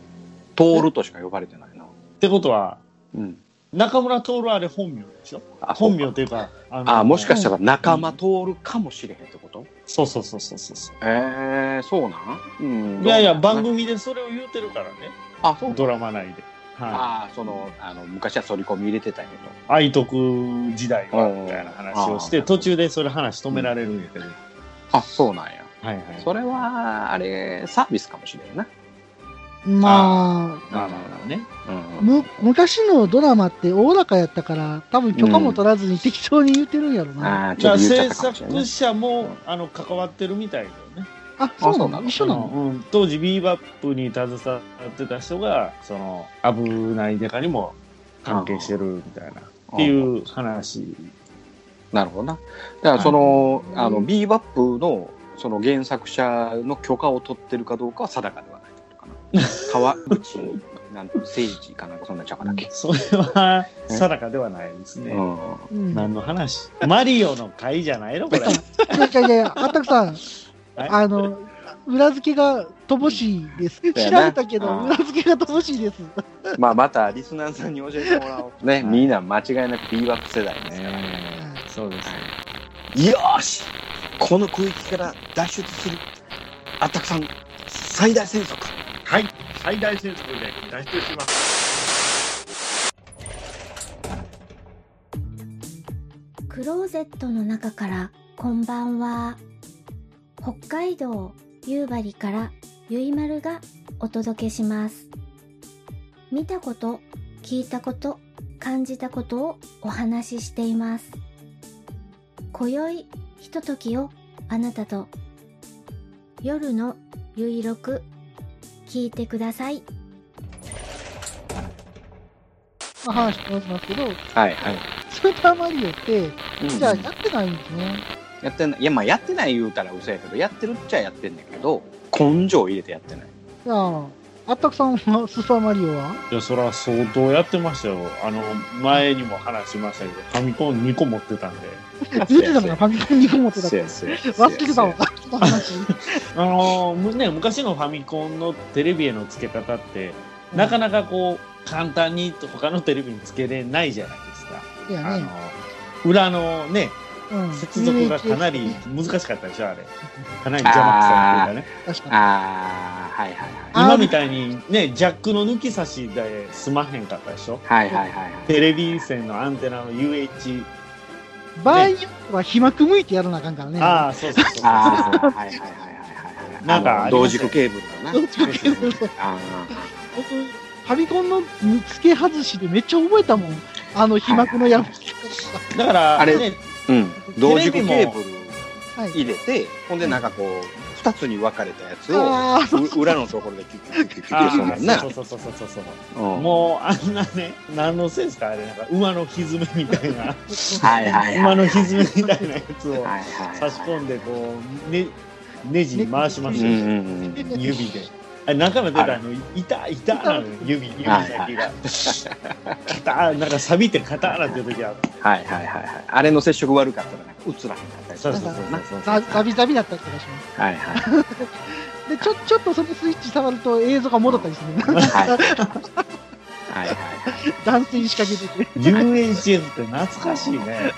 C: 徹としか呼ばれてないな。
A: てことは、
C: うん。
A: 中村徹はあれ本名でしょ
C: あ
A: 本名っていうか、あ
C: あもしかしたら仲
A: 間
C: 間通るかもしれへんってこと、
A: そうそうそうそうそ
C: えー、そうなん、うん
A: う。いやいや、番。組でそれを言うてるからね、
C: あ、そう
A: ドラマ内で。は
C: あーその、あの、昔は反り込み入れてたけ
A: い。愛徳時代は、みたいな話をし
C: う
A: て、
C: ん
A: 途中でそれ話止められるんやけど。は
C: ど。あ、そうなんや。
A: いはい。
C: それは、あれ、サービスかもしれんな。
B: まあ、
A: まあまあまあね。
C: うん。
B: む昔のドラマっておおらかやったから、多分許可も取らずに適当に言ってるんやろな。
C: あー
A: じ
C: ち
A: ゃ
C: ょ
A: あ
C: っと言っちゃっ
A: 制
C: たかもしれん
A: 作
C: ね。
A: 者もあの関わってるみたいだよね。
B: あ、そうな
C: あそうな
B: の
C: の
B: 一緒なの
A: うん、当時ビーバップに携わってた人がその危ないデカにも関係してるみたいなっていう話。
C: なるほどな。だから、その、あの、ビーバップの、その原作者の許可を取ってるかどうかは定かではないってことかな。川口、なんて、誠治かなんか、そんなちゃかだっけ。
A: それは定かではないです
C: う
A: ね。
C: ん。
B: うん。
A: 何の話マリオの会じゃないのこれ。
B: いやいやいや、あったくさん、あの、裏付けが乏しいです。調
C: だよな
B: べたけど、
C: うん
B: 裏付けが乏しいです。
C: まあ、またリスナーさんに教えてもらおう。ね、
A: はい
C: みんな間違いなく B バップ世代ですから。
A: ねそうですね。
C: よーしこの空域から脱出する。あったくさん、最大戦速。
A: はい、最大戦速で脱出します。
D: クローゼットの中からこんばんは北海道夕張からゆいまるがお届けします見たこと聞いたこと感じたことをお話ししています。今宵、ひとときをあなたと。夜のゆいろく、聞いてください。
B: まあ、話戻しますけど、
C: はいはい。
B: スーパーマリオって、
C: うん
B: じゃあやってないんですね。
C: やってない。いや、まあやってない言うたら嘘やけど、やってるっちゃやってんねんけど、根性入れてやってない。
B: じゃあ、あったくさんはスーパーマリオはい
A: や、そら相当やってましたよ。あの、前にも話しましたけど、ファミコン2個持ってたんで。
B: 言ってたのがファミコンに持ってたっ
C: せ
B: て
C: や。せやせや
B: 忘れてたわ、その話。
A: あのーむね、昔のファミコンのテレビへの付け方って、なかなかこう、簡単に他のテレビに付けれないじゃないですか。
B: いや
A: あ
B: ね。
A: の、裏のね、
B: うん。
A: 接続がかなり難しかったでしょ、あれ。かなり邪魔くさっていうかね。
B: 確か
C: あー、はいはいはい。
B: あー
A: 今みたいにね、ジャックの抜き差しで済まへんかったでしょ。
C: はいはいはいはい。
A: テレビ線のアンテナの UH。
B: に。場合によっては、飛膜向いてやらなあかんからね。
A: ああ、そうそうそう。
C: あー、はいはいはいはいはいはい。
A: なんか
C: あ
A: あり
C: の同
A: ました
C: 軸ケーブルだな。
B: 同軸ケーブル
C: あ
B: 僕ファミコンの見つけ外しでめっちゃ覚えたもん。あの、飛膜のやぶき
A: だから、
C: あれ
A: ね、
C: ーうん。同軸ケーブル
B: はい。
C: 入れて、ほんでなんかこう、二つに分かれたやつを、
B: ああ、そう
C: う裏のところでキュッキュッキュッキュッキュッ
A: あ
C: そうなん
A: ー
C: な
A: そ。うそうそうそうそうそう。
C: うん
A: もうあんなね、何のセンスかあれ、なんか馬のひずめみたいな、
C: はいはいは
A: 馬
C: い。
A: のひずめみたいなやつを
C: はいはいはい
A: 差し込んで、こう、ね、ネジ回しま
C: う
A: し
C: ん
A: たよ
C: うんうん。
A: 指で。あ中身出たらあの、痛い、痛いなのよ、指、指
C: はい
A: 先が。カターンなんか錆びてカターンなんていう時は、
C: はいはいはいはい。あれの接触悪かったらなんか映らへんかったりす
A: そ
C: る
A: うそうそうそう
B: ザザビザビだったりとかします。
C: はいは
B: で、
C: い。
B: ちょ、ちょっとそのスイッチ触ると映像が戻ったりする。
C: はい。はいはいはい。
B: 男性に仕掛けてて。
A: UHF って懐かしいね。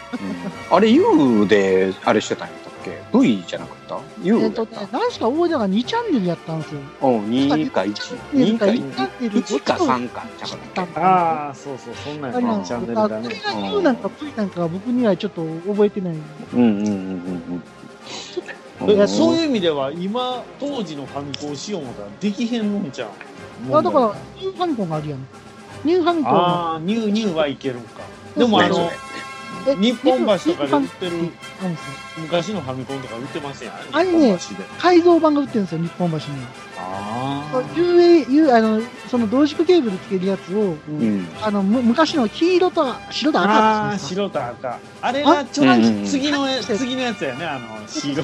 C: あれ U であれしてたんやったっけ ?V じゃなかった ?U
B: え
C: や
B: っ
C: った、
B: とね、何しか覚えたのが2チャンネルやったんですよ。
C: うん、2か1。2か
B: 2チャンネル
C: 1か3かちゃ
B: 知
C: う
B: っ
C: か
B: た
C: っ
B: んですよ。
A: ああ、そうそう、そんな
B: あれなん
A: ん
B: で
A: チ
B: す
A: ャンネ
B: よ。
A: ル
B: だ
A: だ
B: から、こ
A: ね。
B: れが U なんか V なんかは僕にはちょっと覚えてない。
C: た。うんうんうんうんうん。
A: えそういう意味では今当時のファミコンをしようもたらできへんもんじゃん。
B: あ、だから、ニューファミコンがあるやん。ニューファミコンの、
A: ああニューニューはいけるんか。でもあ
C: そう
A: の
B: え
A: 日本橋とかで売って
B: ニ
A: る
B: ューあるんですよ。
A: 昔のファミコンとか売ってませんあ
B: あれね
A: 日本橋で。
B: 改造版が売ってるんですよ、日本橋に。
A: ああ
B: UA、U、あの、その同軸ケーブルつけるやつを、
C: うん。
B: あの、む昔の黄色と白と赤
A: あ
B: で
A: ー
B: すね。
A: 白と赤あれがちょっ
C: あ
A: と
C: うん
A: 次のや
B: うん
A: 次のやつやねあの白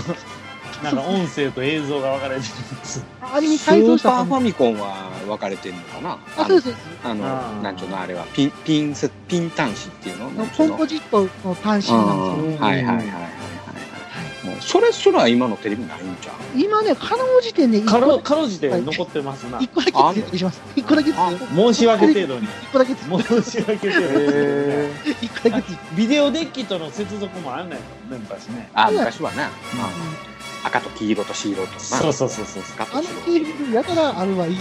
A: なんか音声と映像が分かれてるやつ
B: あれに
C: ス
B: 改造
C: ー
B: した
C: パ
B: 感
C: ーフ
B: じ
C: ァミコンは分かれてんのかな
B: あ、そうです。そうです
C: あの、
A: あー
C: なんちゅうのあれは、ピン、ピンセ、ピン端子っていうのなんちゅ
B: コ
C: う
B: ン
C: の
B: ポジットの単身なんです
A: う
B: け
A: ん
B: ど、
C: はいはいはいはいはいはい。もうそれすら今のテレビないんじゃん。
B: 今ね、可能時点で
A: か
B: 1個
A: ろかろうじて残ってますな
B: 一個だけつけてします。一個だけつけて。
A: 申し訳程度に
B: 一個だけつけ
A: 申し訳程度に
B: て。一個だけつけて。
A: ビデオデッキとの接続もあんないもんね昔ね
C: あ、昔はね、
A: う
C: 赤と黄色と白とな。
A: そうそうそうそう
C: 赤
B: あの
C: と
B: ケ
C: 白。
B: ーブルやからあるはいい。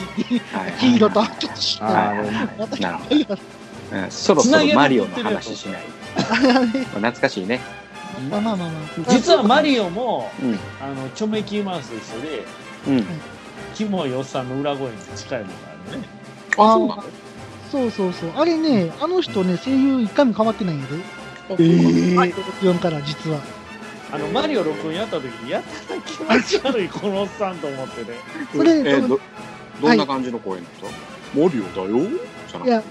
C: はい
B: 黄色と赤と白。
A: あ
C: はいはい
B: また
C: はいなるほ
B: いや
C: どうんそろそろマリオの話しない。 懐かしいね。
B: まあまあまあまあ。
A: 実はマリオも、
C: うん
A: あのチョメキーマウスと一緒で
C: うん。
A: キモいおっさんの裏声に近いものがあるね
C: あ、
B: あ
C: そうなの
B: そうそうそう。あれね、あの人ね、声優一回も変わってないんで。はい、64から実は。
A: あのマリオ録音やった時にやったら気持ち悪いこのおっさんと思ってね
B: それ
C: えどどんな感じの声の人マリオだよじゃなくて
B: いや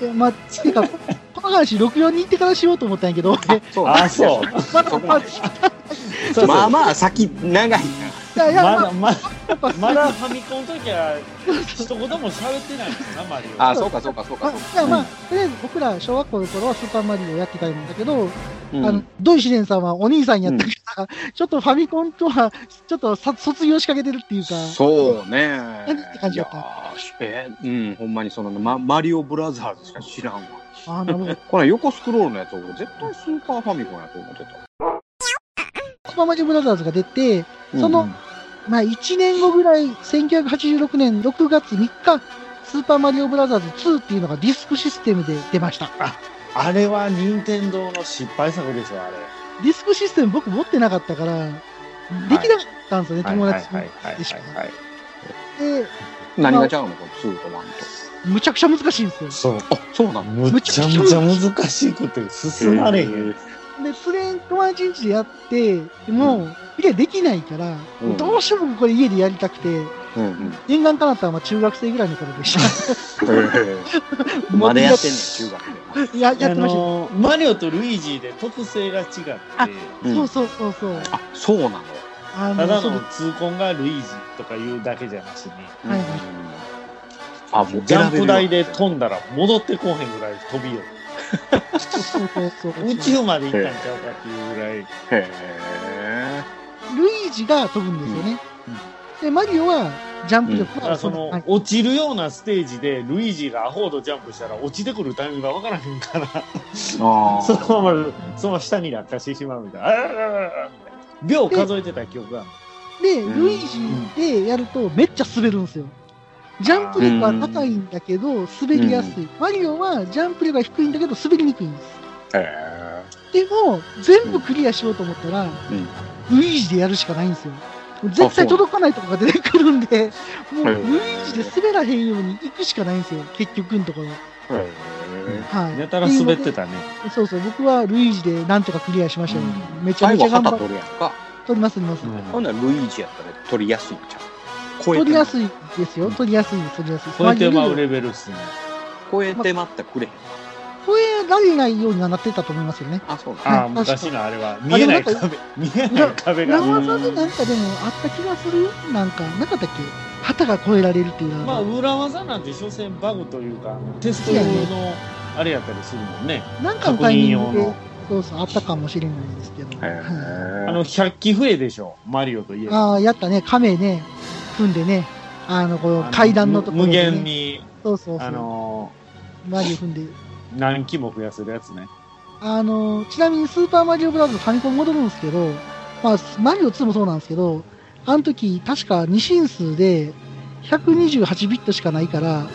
B: でまあ、てか、この話、64に行ってからしようと思ったんやけど、俺
C: そう
A: あそう
C: いや
B: ま
C: そ
B: だ、
C: こ
B: ま
C: ま
B: あ、
C: で
B: い
A: そうそう
C: まあまあ、先長いな。
B: や、いや、
A: まだ
B: ま
A: ま
B: あ、まあ、
A: まだファミコンの時は一言も喋ってないんですなマリオ
C: あ、そうかそうかそう
B: ま
C: か
B: あ、。いや、まあ、とりあえず僕ら小学校の頃はスーパーマリオやってたんだけど、
C: うん
B: あの、土井紫蓮さんはお兄さんやったから、ちょっとファミコンとは、ちょっとさ卒業しかけてるっていうか、
C: そうね。
B: って感じだった
C: いやーえーうん、ほんまにその、ま、マリオブラザーズしか知らんわ。
B: ああ、なるほど。
C: これ横スクロールのやつ俺絶対スーパーファミコンやと思ってた。
B: スーパーマリオブラザーズが出て、その
C: うん
B: まあ、1年後ぐらい、1986年6月3日、スーパーマリオブラザーズ2っていうのがディスクシステムで出ました。
A: あれは任天堂の失敗作でしょあれ
B: ディスクシステム僕持ってなかったから、できなかったんですよね、友達
A: はいはいはいはい
B: でしか。
A: はい
B: で、
C: 何がちゃうのこの2と1と。
B: むちゃくちゃ難しいんですよ。
A: そう。
C: あ、そうなの
A: むちゃむちゃ難しくて進まれへん。
B: で、それ、友達ん家でやって、もう、家できないから、
C: うん
B: どうしてもこれ家でやりたくて、
C: うんうん。へ
B: 念願かなったのは中学生ぐらいの頃でした。
C: ーまだやってんねん、中学 で。
B: ややってましたよ。
A: のーマリオとルイージーで特性が違って、
B: あ
C: うん
B: そうそうそうそう。
C: あ、そうなの。
B: あ
A: ただ
B: そうで
A: の痛恨がルイージーとかいうだけじゃなしに、
B: はいはい
C: あ、もう
A: ジャンプ台で
C: 選べるよ
A: 飛んだら戻ってこうへんぐらい飛びよる。
B: すそうそうそうそう。
A: 宇宙まで行ったんちゃうかっていうぐらい。
C: へ
B: ルイージが飛ぶんですよね。で、マリオはジャンプ力
A: だか
B: が、
A: らその、
B: はい
A: 落ちるようなステージでルイージーがアホードジャンプしたら落ちてくるタイミングがわからへんから、
C: ーあ
A: その
C: ま
A: まま、その下に落下してしまうみたいなあーあーあー。秒数えてた記憶がある。
B: で、
C: うん
B: ルイージでやるとめっちゃ滑るんですよ。ジャンプ力は高いんだけど、滑りやすい。マリオはジャンプ力が低いんだけど、滑りにくいんです。
C: へ
B: でも、全部クリアしようと思ったら、ルイージでやるしかないんですよ。絶対届かないとこが出てくるんで、もう
C: はい
B: ルイージで滑らへんように行くしかないんですよ、結局のところ。
C: ーへー
B: はい。
A: やたら滑ってた
B: た。
A: ね。
B: そうそう、僕はルイージでなんとかクリアしましたよ、めちゃ
C: 最
B: めち
C: 後
B: ゃ頑張
C: 旗
B: っ
C: 取るやんか。
B: 取ります、取ります。
C: ほんならルイージやったら取りやすいんちゃう。超え
B: 取
C: て
B: りや
C: ます
B: いですよ、取りやすいです、取りやすいです。
A: 超えてま
B: まあ
A: うレベルっすね。
C: 超えて待ってくれへん。
B: 超えられないようにはなってたと思いますよね。
C: あ、そうな
A: ああ、
B: 確か
A: 昔のあれは。見えない
B: あ
A: 壁。見えない壁
B: 裏
A: が。
B: 技でなんかでもあった気がするよ。なんか、なかったっけ旗が超えられるっていうの
A: まあ、
B: は、
A: 裏技なんて、所詮バグというか、テスト用の、あれやったりするもんね。
B: なんか
A: 確
B: のタイ
A: 認
B: ミ
A: 用
B: ングで
A: の。、
B: そうそう、あったかもしれないですけど。はい
A: あ
C: の。
A: の、100機増えでしょ。マリオといえば。
B: ああ、やったね、亀ね、組んでね、あの、こ
A: あ
B: の
A: の
B: 階段のところ
A: 無
B: でね
A: 限に、
B: そうそうそ
A: あ
B: う、
A: の
B: マリオ踏んで。
A: ー、何機も増やせるやつね。
B: あの、ちなみにスーパーマリオブラザーズファミコン戻るんですけど、まあ、マリオ2もそうなんですけど、あの時、確か2進数で、128ビットしかないから、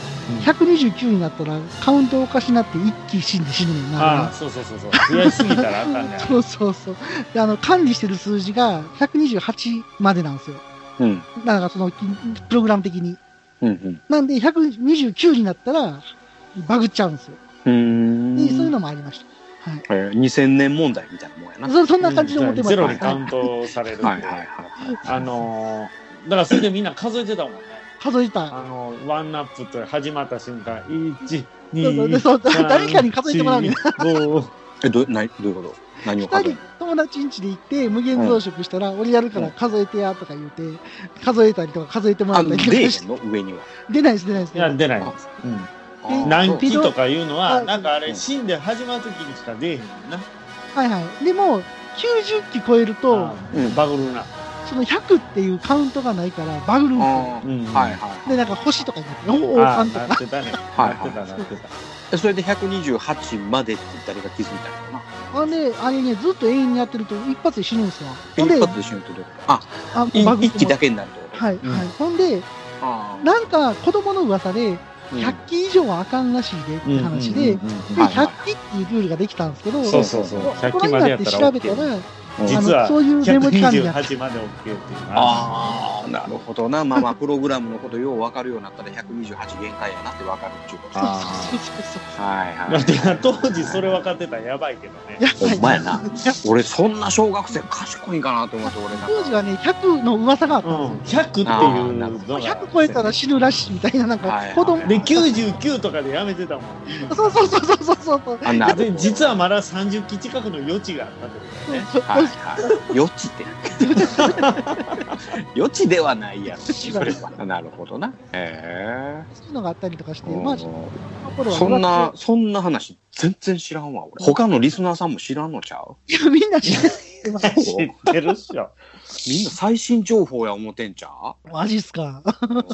B: 129になったらカウントおかしになって一気死んで死ぬねん
A: ああ、
B: な。
A: そうそうそうそう。増やしすぎたらあかんね
B: そうそうそう。で、あの、管理してる数字が128までなんですよ。
C: うん。
B: だからその、プログラム的に。
C: うん。
B: なんで、129になったら、バグっちゃうんですよ。
C: うん。
B: でそういうのもありました。はい。
C: えー2000年問題みたいなもんやな。
B: そそんな感じで思ってま
A: ゼ
B: す。
A: ロにカウントされるんで。
C: はいはいはい。
A: あのー、だからそれでみんな数えてたもんね。
B: 数えた。
A: あのー、ワンナップと始まった瞬間、1、
B: そうそうで
A: 2、
B: そう
A: 3
B: 誰かに数えてもらうね。
A: 4 5
C: え、ど、な、どういうこと何を
B: 二
C: 数え
B: 人
C: る
B: 友達ん家で行って無限増殖したら、俺やるから数えてやとか言うて、数えたりとか数えてもら
C: あ、
B: った
C: 出
B: り
C: えへ
B: とか
C: んの上には。
B: 出 ないです出ないです
A: いや、出ない。うん。何
B: ピ
A: 機
B: ド
A: とかいうの
B: あ
A: は、なんかあ
C: う
A: れ、
C: ん
A: 死んで始まる時にしか出えへんねんな。
B: はいはい。でも、90機超えると
A: あ、
C: う
A: ー
C: ん
A: バグるな。
B: その100っていうカウントがないから、バグるんで
C: あ
A: うん
C: ーはいはい
B: すよ。で、なんか星とかになって、おお、
A: あ
B: 3と
A: ー
B: か
A: な。ってたね。
C: はい
A: なってた、なってた。
C: えそれで128までって誰が気づいたのかな
B: あれ、あれね、ずっと永遠にやってると一発で死ぬんですよ。
C: え
B: ほんで
C: 一、発で死ぬってどういうことあ
B: あ
C: い
B: バグっ
C: 一
B: て
C: 機
B: ま
C: だ
B: す。
C: けになるってこと
B: はい、
A: うん
B: はい。ほんで、
C: あー
B: なんか子供の噂で、
C: うん
B: 100機以上はあかんらしいでって話で、で、
C: んはいはい
B: 100機っていうルールができたんですけど、
A: そうそうそう100
B: 大人
A: 機
B: に
A: まで
B: な
A: や
B: っ
A: ってた
B: 調
A: ら
B: べた
A: OK
B: ら、あ
A: 実
B: の、
A: は
B: そういうメモリ管理が、
A: 128まで OK っていうのは
C: ああなるほどなまあまあプログラムのことよう分かるようになったら128限界やなって分かるっちゅうこと
A: あ
B: そうそうそうそう。
C: はい
A: だって当時それ
C: は
A: 分かってたらやばいけどね。
B: やばい
C: ほんまやな俺そんな小学生賢いんかなと思って俺なんか
B: 当時はね、100の噂があっ
A: う
B: たんです
A: ん
B: よ。
A: 100っていうのが。
B: 100超えたら死ぬらしいみたいな、なん
C: はいは
B: か
C: い、
B: 子供、
A: で、99とかでやめてたもん。
B: そうそうそうそうそうそう。
C: あなるほ
A: で
C: ど
A: 実はまだ30機近くの余地があったってことだよね。
B: そう
C: はいはい余地って 余地ではないやろそれ はなるほどなへ
B: そういうのがあったりとかして、
C: え
B: まあ、ちょっとこの頃は
C: そんな、そんな話全然知らんわ、俺。他のリスナーさんも知らんのちゃう
B: いや、みんな知 ってます。
A: 知ってるっしょ。
C: みんな最新情報や思ってんちゃ
B: マジっすか。
C: う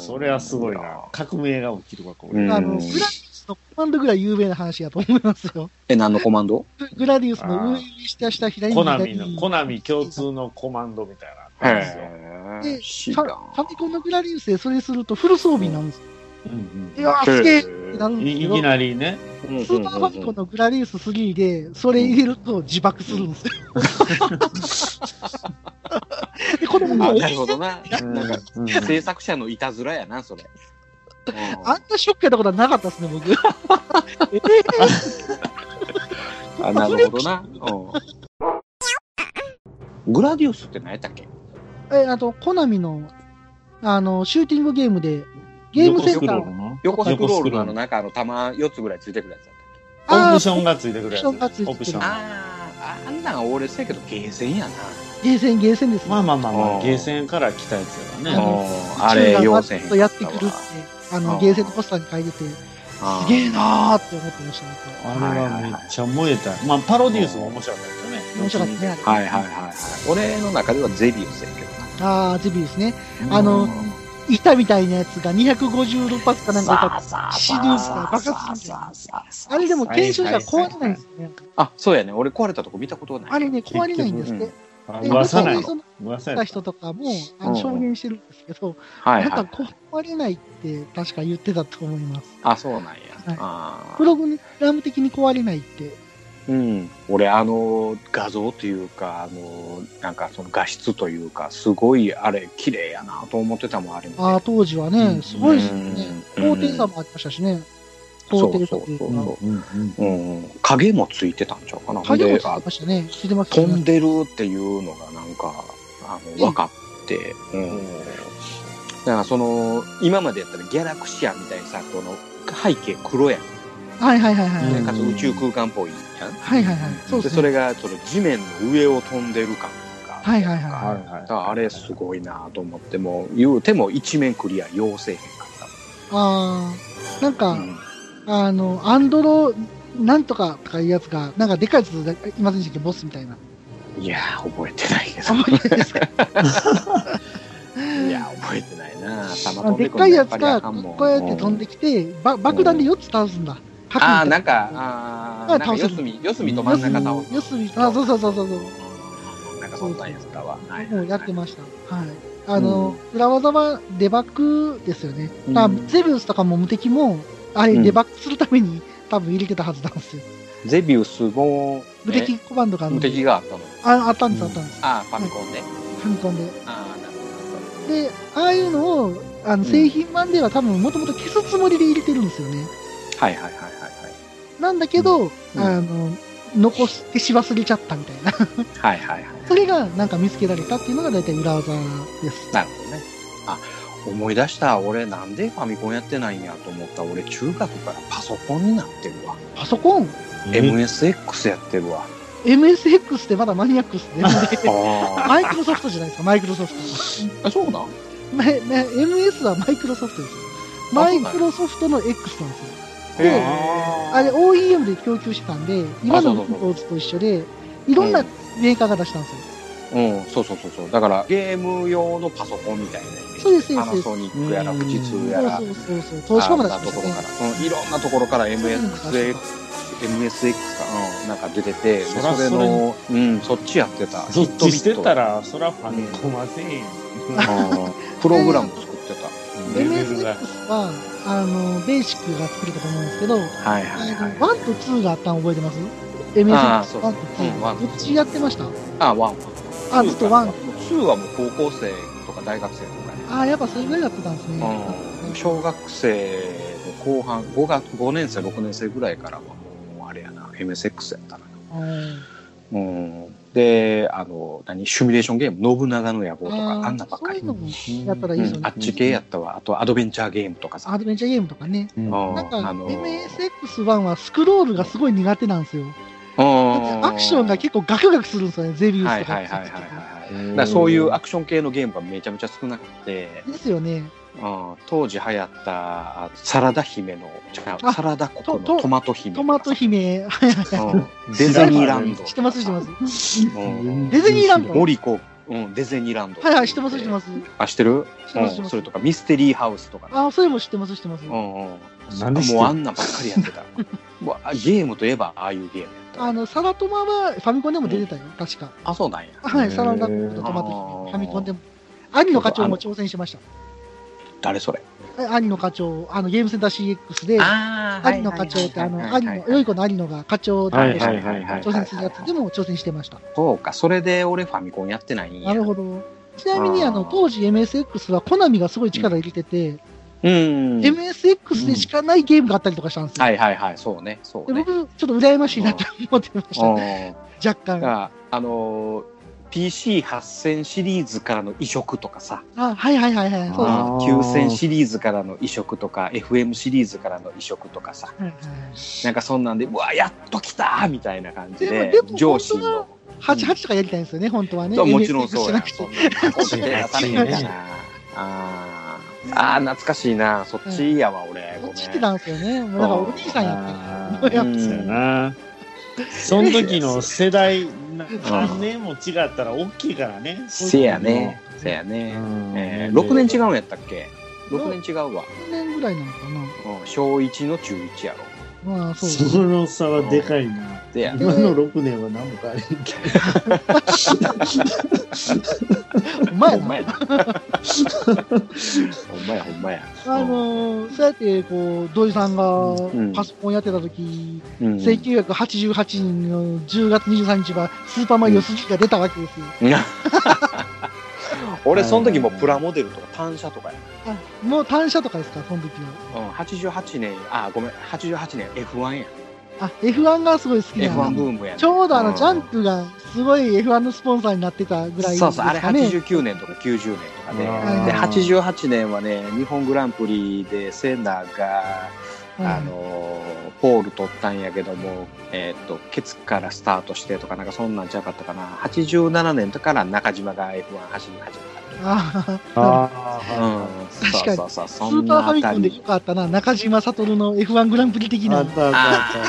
A: それはすごいな。革命が起きるわ、これ。
C: うん
B: あの、グラディウスのコマンドぐらい有名な話やと思いますよ。
C: え、何のコマンド
B: グラディウスの上下下左
A: コ
B: 右
A: ナ
B: 左
A: ミの、コナミ共通のコマンドみたいなのあったんですよ。
B: で
C: へえ。知
B: フ
C: ら
B: ァ
C: ん。
B: ファミコンのグラディウスでそれするとフル装備になるんですよ。
A: うん
B: いやー、すげえってなるんです
A: い
B: け
A: い
B: ど
A: き、なりね。
B: スーパーファミコンのグラディウス3で、それ入れると自爆するんですよ。で、子供
C: あ、
B: が、
C: なるほどな。
A: う
C: なん
A: ん
C: か、制作者のいたずらやな、それ。
B: あんなショックやったことはなかったですね、僕。えー
C: あなるほどな。うんグラディウスって何やったっけ
B: え、あと、コナミの、あの、シューティングゲームで、ゲームセンター、
A: の
C: 横スクロールのあの
A: の
C: なんかあの玉4つぐらいついてくるやつだったっけ
A: オ
B: あ
A: プションがついてくるやつ
B: オプションがついてくる
A: オプション
C: あーあんなん俺せやけどゲーセンやな。
B: ゲーセン、ゲーセンですね。
A: まあまあまあま
C: あ
A: あ
C: ー
A: ゲーセンから来たやつだ
B: あ
A: ね
B: の
C: うんあれ、要せへんか
B: と
C: ったわ
B: やってくるって、あ
C: あ
B: の、
C: ー
B: ゲーセンのポスターに書いてて、す
C: あー
B: げえなーって思ってました、僕は。
A: あれはめっちゃ燃えたまあパロディウスも面白かったよね
B: 面白かったね、あれ。
C: はいはいはいはい。俺の中ではゼビウスやけど
B: あー、ゼビウスね。
C: な。
B: あの
C: うん
B: 板みたいなやつが256発かなんか歌っ
C: さあ
B: シリウスが爆発するんだよてあれでも検証したら壊れないんですよね。
C: あ、そうやね。俺壊れたとこ見たことない。
B: あれね、壊れないんですって。
A: あ
B: で、
A: 噂ない
B: に
A: の
B: その
A: 噂や
B: 見た
A: っ
B: 人とかもあの
C: うん
B: 証言してるんですけど、
C: はい
B: な
C: は
B: ん
C: い。
B: か壊れないって確か言ってたと思います。
C: あ、そうなんや。
B: はい
C: あ
B: プログラム的に壊れないって。
C: ーうん。俺、あの、画像というか、あの、なんかその画質というか、すごい、あれ、綺麗やなと思ってたもん、あれも。
B: ああ、当時はね、すごいですよね。
C: う
B: 高
C: ん
B: 低差もありましたしね。
C: そ
B: 高
C: う
B: 低差
C: そうそう
B: というか。
A: たうんうん
C: うんうん。影もついてたんちゃうかな。
B: 影もつ
C: ほん
B: い
C: であ
B: てましたね。ついてますよ
C: 飛ん
B: ね。
C: でるっていうのがなんか、あの、分かって、うん。だからその、今までやったらギャラクシアみたいにさ、この、背景黒やん。
B: はいはいはいはい。
A: う
C: ね、
A: ん
C: かつ宇宙空間っぽいやん。
B: はいはいはい。そう
C: で、
B: です
C: そ
B: ね。
C: れが、その地面の上を飛んでる感が。
B: はいはいはい。
A: はいはい
C: だからあれすごいなと思って、もう言うても一面クリア要せへんかっ
B: ああ、なん
C: た。
B: か、
C: うん
B: あの、アンドロ、なんとかとかいうやつが、なんかでかいやつがいませんでしたっけ、ボスみたいな。
C: いやー、覚えてないけ
B: あんま
C: ど。
B: りですか
C: いやー、覚えてないな
B: あの
C: 頭飛ん
B: で
C: で
B: っ
C: く
B: か
C: る
B: い
C: の
B: や
C: やっ
B: つ
C: ぱり
B: が、
C: あかんも
B: こうやって飛んできて、ば爆弾で4つ倒すんだ。
C: ああ、なんか、ああ、
B: あ
C: なんか
B: 倒せ
C: 四
B: る
C: 隅、四隅と真
B: 四
C: ん中倒
B: 隅、
C: す。
B: 四隅、あ、そうそうそうそうそう。
C: うんなんかそんなんやったわ。はい
B: もうやってました。はい。あの、裏技はデバッグですよね。
C: うん
B: まあ、ゼビウスとかも無敵も、あれデバッグするために多分入れてたはずなんですよ。
C: ゼビウスも、
B: 無敵コマンドがあ
C: え
B: る
C: 無
B: んで
C: 敵があったの。
B: あ、あったんです、あったんです。
C: ああ、ファミコンで。
B: ファミコンで。
C: ああ、なるほ
B: で、ああいうのを、あの製品版では多分もともと消すつもりで入れてるんですよね。
C: ど。はいはいはいは
B: なんだけど、
C: ん
B: あの、残してし忘れちゃったみたいな。
C: いはい。はいはいはい。
B: それがなんか見つけられたっていうのが大体裏技です。
C: なるほどね。あ、思い出した。俺、なんでファミコンやってないんやと思った。俺、中学からパソコンになってるわ。
B: パソコン
A: え
C: MSX やってるわ。
B: ?MSX ってまだマニアックっすね。
C: あ
B: マイクロソフトじゃないですか、マイクロソフト。
C: あ、そうなん
B: まね MS はマイクロソフトですよ。マイクロソフトの X なんですよ。で、あれ OEM で供給してたんで、今の
C: あそうそうそう
B: Windows と一緒で、いろんな
C: うん
B: メーカーが出したんですよ。
C: うん、そうそうそうそう。だから、ゲーム用のパソコンみたいなイメージ。
B: そうですそうです
C: パナソニックやら、
A: うん
C: プチ2やら、
B: そうそうそうそう、投資家も出
C: あ
B: し
C: ん
B: て
C: な
B: ました
C: ところ
B: ね
C: か。ら、うん、いろんなところから
B: そういうのが出
C: MSX
B: してた
C: MSX か、うん、なんか出てて、
A: そ
C: そ
A: ら
C: れの、うん、そっちやってた。
A: そっちしてた
C: ら、
A: らそらファミコンはせえへん
C: うんプログラム作ってた。
A: レベルが
B: MSX は、あの、ベーシックが作れたと思うんですけど、
C: はいはいはい。
B: 1と2があったの覚えてます
C: あーそう
B: ?MSX1
C: そう
B: と
C: うんワン
B: 2。どっちやってました
C: あ、ワン。
B: あ、ずっと1。
C: 2はもう高校生とか大学生とかや
B: あー、やっぱそれぐらいやってたんですね。
C: うん小学生の後半5月5年生6年生ぐらいからはもうあれやな MSX やったな、
B: うん
C: うん、であの何シミュレーションゲーム「信長の野望」とかあんなばっかり、
B: そういうのもやったらいいですよ
C: うん、あ
B: ね
C: っ。ち系やったわあとアドベンチャーゲームとか
B: ア
C: さ
B: ドベンチャーゲームとかね。
A: うん
C: あ
B: なんか、
C: あのー
B: MSX1 はスクロールがすごい苦手なんですよ。アクションが
C: 構
B: 結構ガクガクするんですよね、ゼビウス
C: はい
B: と
C: は
B: か
C: い
B: やつ
C: はい
B: の
C: はい
B: 時とか。
C: は
A: う
C: い
A: ん
C: だからそういうアクション系のゲームがめちゃめちゃ少なくて、
B: ですよね。
C: うん当時流行ったあサラダ姫の違う
B: あ
C: サラダ国
B: と
C: の
B: と
C: トマト姫
B: トマト姫、はいはいはい
C: うんディズニーラン ド
B: 知ってます、知ってます。
C: うん
B: ディズニーランド
C: 森子、うん、ディズニーランド。
B: はいはい、知ってます、知ってます。
C: あ、知ってる
B: 知ってます、知って
C: うん、
B: ま
C: そ
B: す
C: れと。か、ミステリーハウスとかね、
B: あー、それも知ってます、知ってます。
C: うんうん。
A: なんで知ってる
C: もうあんなばっかりやってた。 もうあゲームといえば、ああいうゲームやった。
B: あの、サラトマはファミコンでも出てたよ、確か。
C: あ、そうなんや。
B: はい、
A: へー
B: サラダコックとトマト姫、ファミコンでも。兄の課長も挑戦しまし
C: 誰それ。
B: た。兄の課長、あの、ゲームセンター CX で、
C: あ
B: 兄の課長って、あの、兄の、良い子の兄のが課長
A: は
B: 担
A: い
B: 当し
A: は
B: て
A: いはいはい
B: 挑戦するやつでも挑戦してました。
C: そうか、それで俺ファミコンやってないんや。
B: なるほど。ちなみに、
C: あー
B: あの、当時 MSX はコナミがすごい力入れてて、
C: うん。
B: スでしかないゲームがあったりとかしたんですよ。
C: はいはいはい、そうね、そう
B: で
C: ね。
B: 僕、ちょっと羨ましいなと思ってまし
C: う
B: た、
C: ん
B: 若
C: だか
B: 干。
C: ら、あのー、PC8000 シリーズからの移植とかさ、
B: あ、はいはいはいはい、そうです。
A: あ
B: は
A: ー
C: 9000シリーズからの移植とか、FM シリーズからの移植とかさ、
B: いはい
C: なんかそんなんで、うわ、やっと来たーみたいな感
B: で
C: じ
B: も
C: で
B: で、も
C: 上司の。
B: 88とかやりたいんですよね、本当はね。
C: もちろんそ
B: NSX じ
C: うや
B: ゃなくて
C: そうや大変だなあーあー、懐かしいな。そっちやわ、俺。ご
B: 落ち
C: め
B: て
C: ん。
B: たんですよね。もうだからお兄さんや
A: あ
B: った
A: ー
B: やっ
A: そうやな。その時の世代、な何年も違ったら大きいからね。
C: せやね。せや
A: う
C: ね。
A: ん。
C: えー、6年違
A: う
C: うんやったっけ ?6 年違うわ。
B: 3年ぐらいなのか
C: うん、小1の中1やろ。
B: な。まあそうです
A: その差はでかいな。
C: せやね。
A: 今の6年は何も変われんけ
B: お前な
C: ほんまや。 ほんまや、ほんまや。
B: あのーそうやってこう土井さん
C: ん
B: がパソコンやってた時、
C: うん、
B: 1988年の10月23日はスーパーマリオ3が出たわけですよ。
C: 俺、その時もうプラモデルとか単車とかや。
B: あもう単車とかですか、その時は。
C: うん、88年、あ、ごめん、88年 F1 や。
B: あ、F1 がすごい好きな
C: F1
B: の。
C: ブームやね。
B: ちょうどあ
C: う
B: の
C: ん
B: ジャンプがすごい F1 のスポンサーになってたぐらいです
C: そうそう、
B: か
C: あれ
B: ね。
C: 89年とか90年とかね
A: うん
C: で、88年はね、日本グランプリでセナが、あ
B: はい
C: のー、ポール取ったんやけども、えーっと、ケツからスタートしてとか、なんかそんなんちゃうかったかな。87年とから中島が F1 走り始めた。
B: あ
A: ど。
B: ー
A: あ
C: うん、
B: 確かに
C: そうそう
B: ス
C: そう、そん
B: ーパー
C: な
B: ファ
C: あ
B: ミ
C: た
B: コンで
C: り
B: よ。かったな、中島悟の F1 グランプリ的
A: あ
B: な
A: っ、たあったあったあっ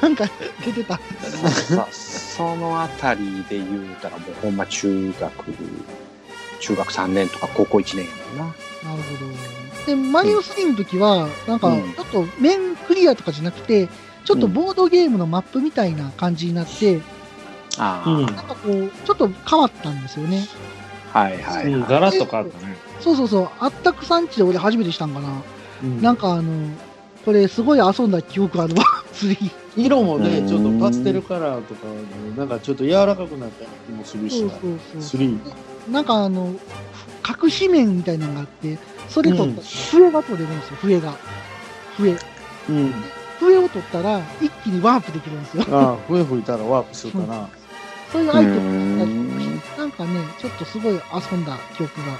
B: なんか出てた。
C: そうそうそのあたりで言うたら、もうほんま中学、中学3年とか高校1年やもんな。
B: なるほど。で、マリオ3の時は、なんか、
C: うん
B: ちょっと面クリアとかじゃなくて、ちょっとボードゲームのマップみたいな感じになって、
C: あ
A: た。
C: あ、
A: うん
B: なんかこう、ちょっと変わったんですよね。
C: はいはい、
A: うん。
C: は
A: ガラッと変わったね。
B: そうそうそう、あったくさんちで俺初めてしたんかな。
A: うん
B: なんかあの、これすごい遊んだ記憶あるわ、3。
A: 色もね
C: う、ん
A: ちょっとパステルカラーとかね、なんかちょっと柔らかくなった気もするし
B: そう
A: な。
B: そうそ
A: スリー
B: う。なんかあの、隠し面みたいなのがあって、それ取った、笛が取れるんですよ、笛が。笛。
A: うん。
B: 笛を取ったら、一気にワープできるんですよ。
A: ああ、笛吹いたらワープするかな。
B: そういう
C: い。
B: アイテム
C: うん
B: なんかね、ちょっとすごい遊んだ記憶が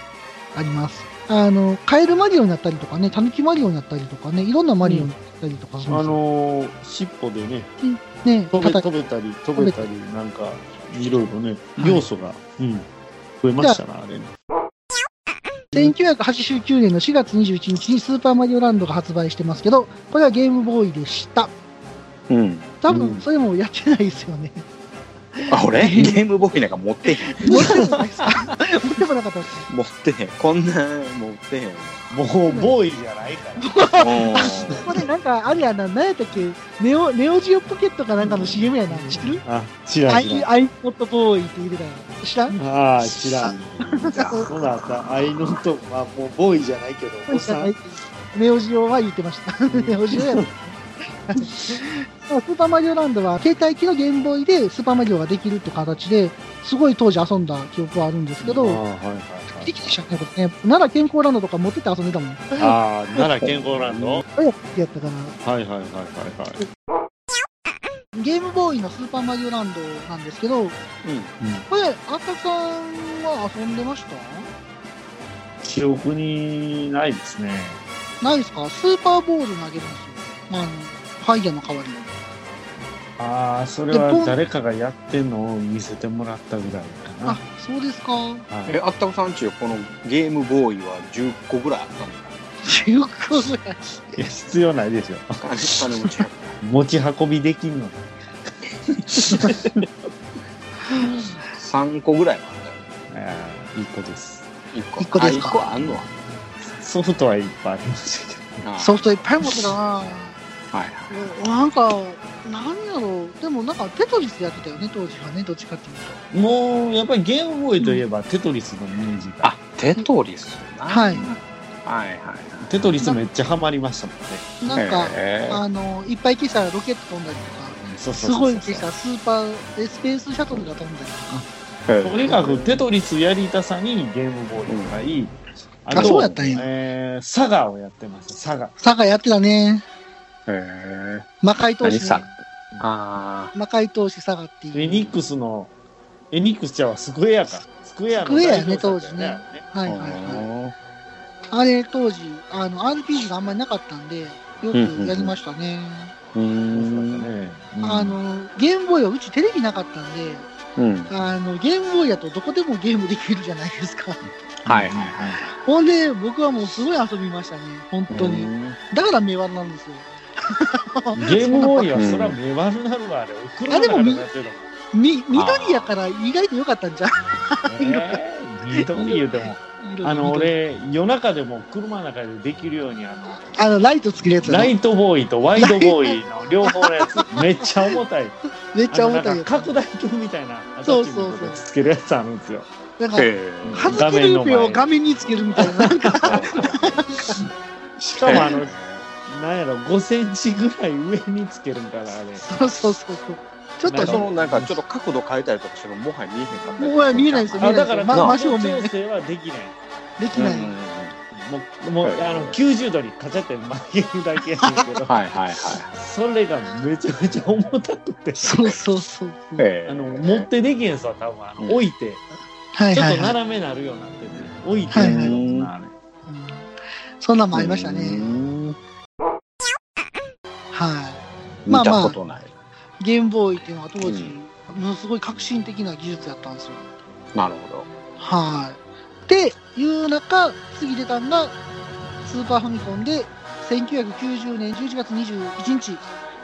B: あります。あの、カエルマリオになったりとかね、タヌキマリオになったりとかね、いろんなマリオになったりとか、
A: あのー、尻尾でね、
B: ね、
A: 飛べ飛
B: 叩
A: べたり、飛べたり、なんか、いろいろね、
B: はい
A: 要素が、うん、増えましたな、あれね。
B: 1989年の4月21日にスーパーマリオランドが発売してますけど、これはゲームボーイでした。
C: うん。
B: 多
A: う
B: 分、
A: ん
B: それもやってないですよね。
C: あ、俺ゲームボーイなんか持ってへん。
B: 持ってもないですか持ってもなかった です。
C: 持ってへん。こんなん持ってへん。
A: もう、ボーイじゃないから。
B: ここでなんか、あれやな、何やったっけ、ネオ、ネオジオポケットかなんかの CM やな、知ってる
A: あ、知ら
B: ア
A: ん、知
B: イ、
A: ら
B: アイポッドボーイって言うてたよ。知らん
A: ん。ああ、知らん。
C: うん
A: そうだった、愛のと、まあ、もう、ボーイじゃないけど、おっさん。
B: ネオジオは言ってました。ネオジオや ろ。スーパーマリオランドは携帯機のゲームボーイでスーパーマリオができるって形ですごい当時遊んだ記憶はあるんですけ
A: ああ、
B: ど、
A: はいはい
B: できてしゃったことね。奈良健康ランドとか持ってって遊んでたもん。
A: はい。ああ、奈良健康ランドはい
B: 親が好きやったから。
A: はいはいはいはい。
B: ゲームボーイのスーパーマリオランドなんですけど、これ、あったくさんは遊んでました
A: 記憶にないですね。
B: ないですかスーパーボール投げるんですよ。まああの、ファイヤーの代わりに。
A: ああ、それ
B: でポ
A: は
B: ン
A: 誰かがやってんのを見せてもらったぐらいか
B: あ、そうですか。
A: な。はい
C: え、あったこさんちよ、このゲームボーイは10個ぐらいあったの
B: 中古ぐらい。
A: いや必要ないですよ。
C: 金金持ちや
A: 持ち運びできんの。
C: 3個ぐらいはあったよ。
A: ああ、いい子です。
C: 1個。
B: 一個です
C: あ
B: か
C: 一個あんのは。
A: ソフトはいっぱいありましたけ
C: あ
B: ソフトいっぱい持ってたな
C: はいはい。
B: なんか、なんやろう。でもなんかテトリスやってたよね、当時はね。どっちかっていうと。
A: ど。もう、やっぱりゲームボーイといえばテトリスのイメージが。
C: あ、テトリスな。
B: はい
C: はいはいはい。
A: テトリスめっちゃハマりましたもんね。
B: なんか、
C: へー
B: あの、いっぱい消したらロケット飛んだりと
A: そうそ
B: か、
A: う
B: す
A: そうそ
B: ご
A: う
B: い消したスーパー、えスペースシャトルが飛んだりとか。
A: とにかくテトリスやりたさにゲームボーイがいい、あと
B: あそうやったんや
A: えー、佐賀をやってました、佐賀。
B: 佐賀やってたね。
C: へえ。
B: 魔界投
C: 何
B: 資、
C: さあ
B: 魔界投資佐賀って
A: エ
B: いう。
A: ニックスの、エニックスちゃうわスクエアか。スクエアの
B: スクエアやね
A: 代表作だよ
B: は
C: あ。
B: い
C: お
B: はいはい。
C: ー
B: あれ当時、あの、RPG があんまりなかったんで、よくやりましたね。
C: うー
A: 面白か
C: ん。
A: ったねうん
B: あの、ゲームボーイはうちテレビなかったんで、
C: うん。
B: あの、ゲームボーイやとどこでもゲームできるじゃないですか。
C: はいはいはい。
B: ほんで、僕はもうすごい遊びましたね。本当
C: う
B: に。
C: ん
B: だから目悪なんですよ。
A: ゲームボーイは
C: うん
A: そら目悪なるわ、あれ。送
B: あでもみ
A: なってる
B: み、緑やから意外と良かったんじゃん。
A: もんね。二度言うても。あの、俺、夜中でも車の中でできるように、あの、
B: あの、ライトつけるやつやな
A: ライトボーイとワイドボーイの両方のや つ、めっちゃ重たい。めっ
B: めっちゃ重たいやつ。
A: 拡大鏡みたいな、
B: そうそうそう
A: アタッチメントでつけるやつあるんですよ。
B: なんか
C: へ、え。
B: 外ける目を画面につけるみたいな。なん か、
A: しかも、あの、なんやろ、5センチぐらい上につけるんかな、あれ。
B: そうそうそうそう。ちょっ
A: な
B: と
A: んか
C: そ
B: そ
C: の
B: の、
C: なんかちょっと角度変えたりとかしてももはや見えへんかったりとか
B: もはや見えないですよ
A: あだから、
B: ま
A: ま、
B: 真
A: 調
B: 正面
A: 整はできない。
B: でき
C: うんう
B: なんい。
C: うん
A: もう、もう、
C: はい
A: あの、90度にカチャって曲げるだけやねんけ ど、
C: はいはいはい。
A: それがめちゃめちゃ重たくて、
B: そうそうそう。
C: へえ
A: あの、持ってできへんすわ、多分、あの、
C: うん
A: 置いて、
B: はい
A: ちょっ
B: は
A: と
B: いはい。
A: 斜めなるようになってて、置いて
B: はい
A: る
B: はい
A: ような、あれ。
B: うんそんなんもありましたね。
C: うん
B: はま
C: 見
B: あまあ
C: たことない。
B: い。ゲームボーイっていうのは当時
C: う、
B: ものすごい革新的な技術やったんですよ。
C: なるほど。
B: はい。で、いう中、次出たんが、スーパーファミコンで、1990年11月21日、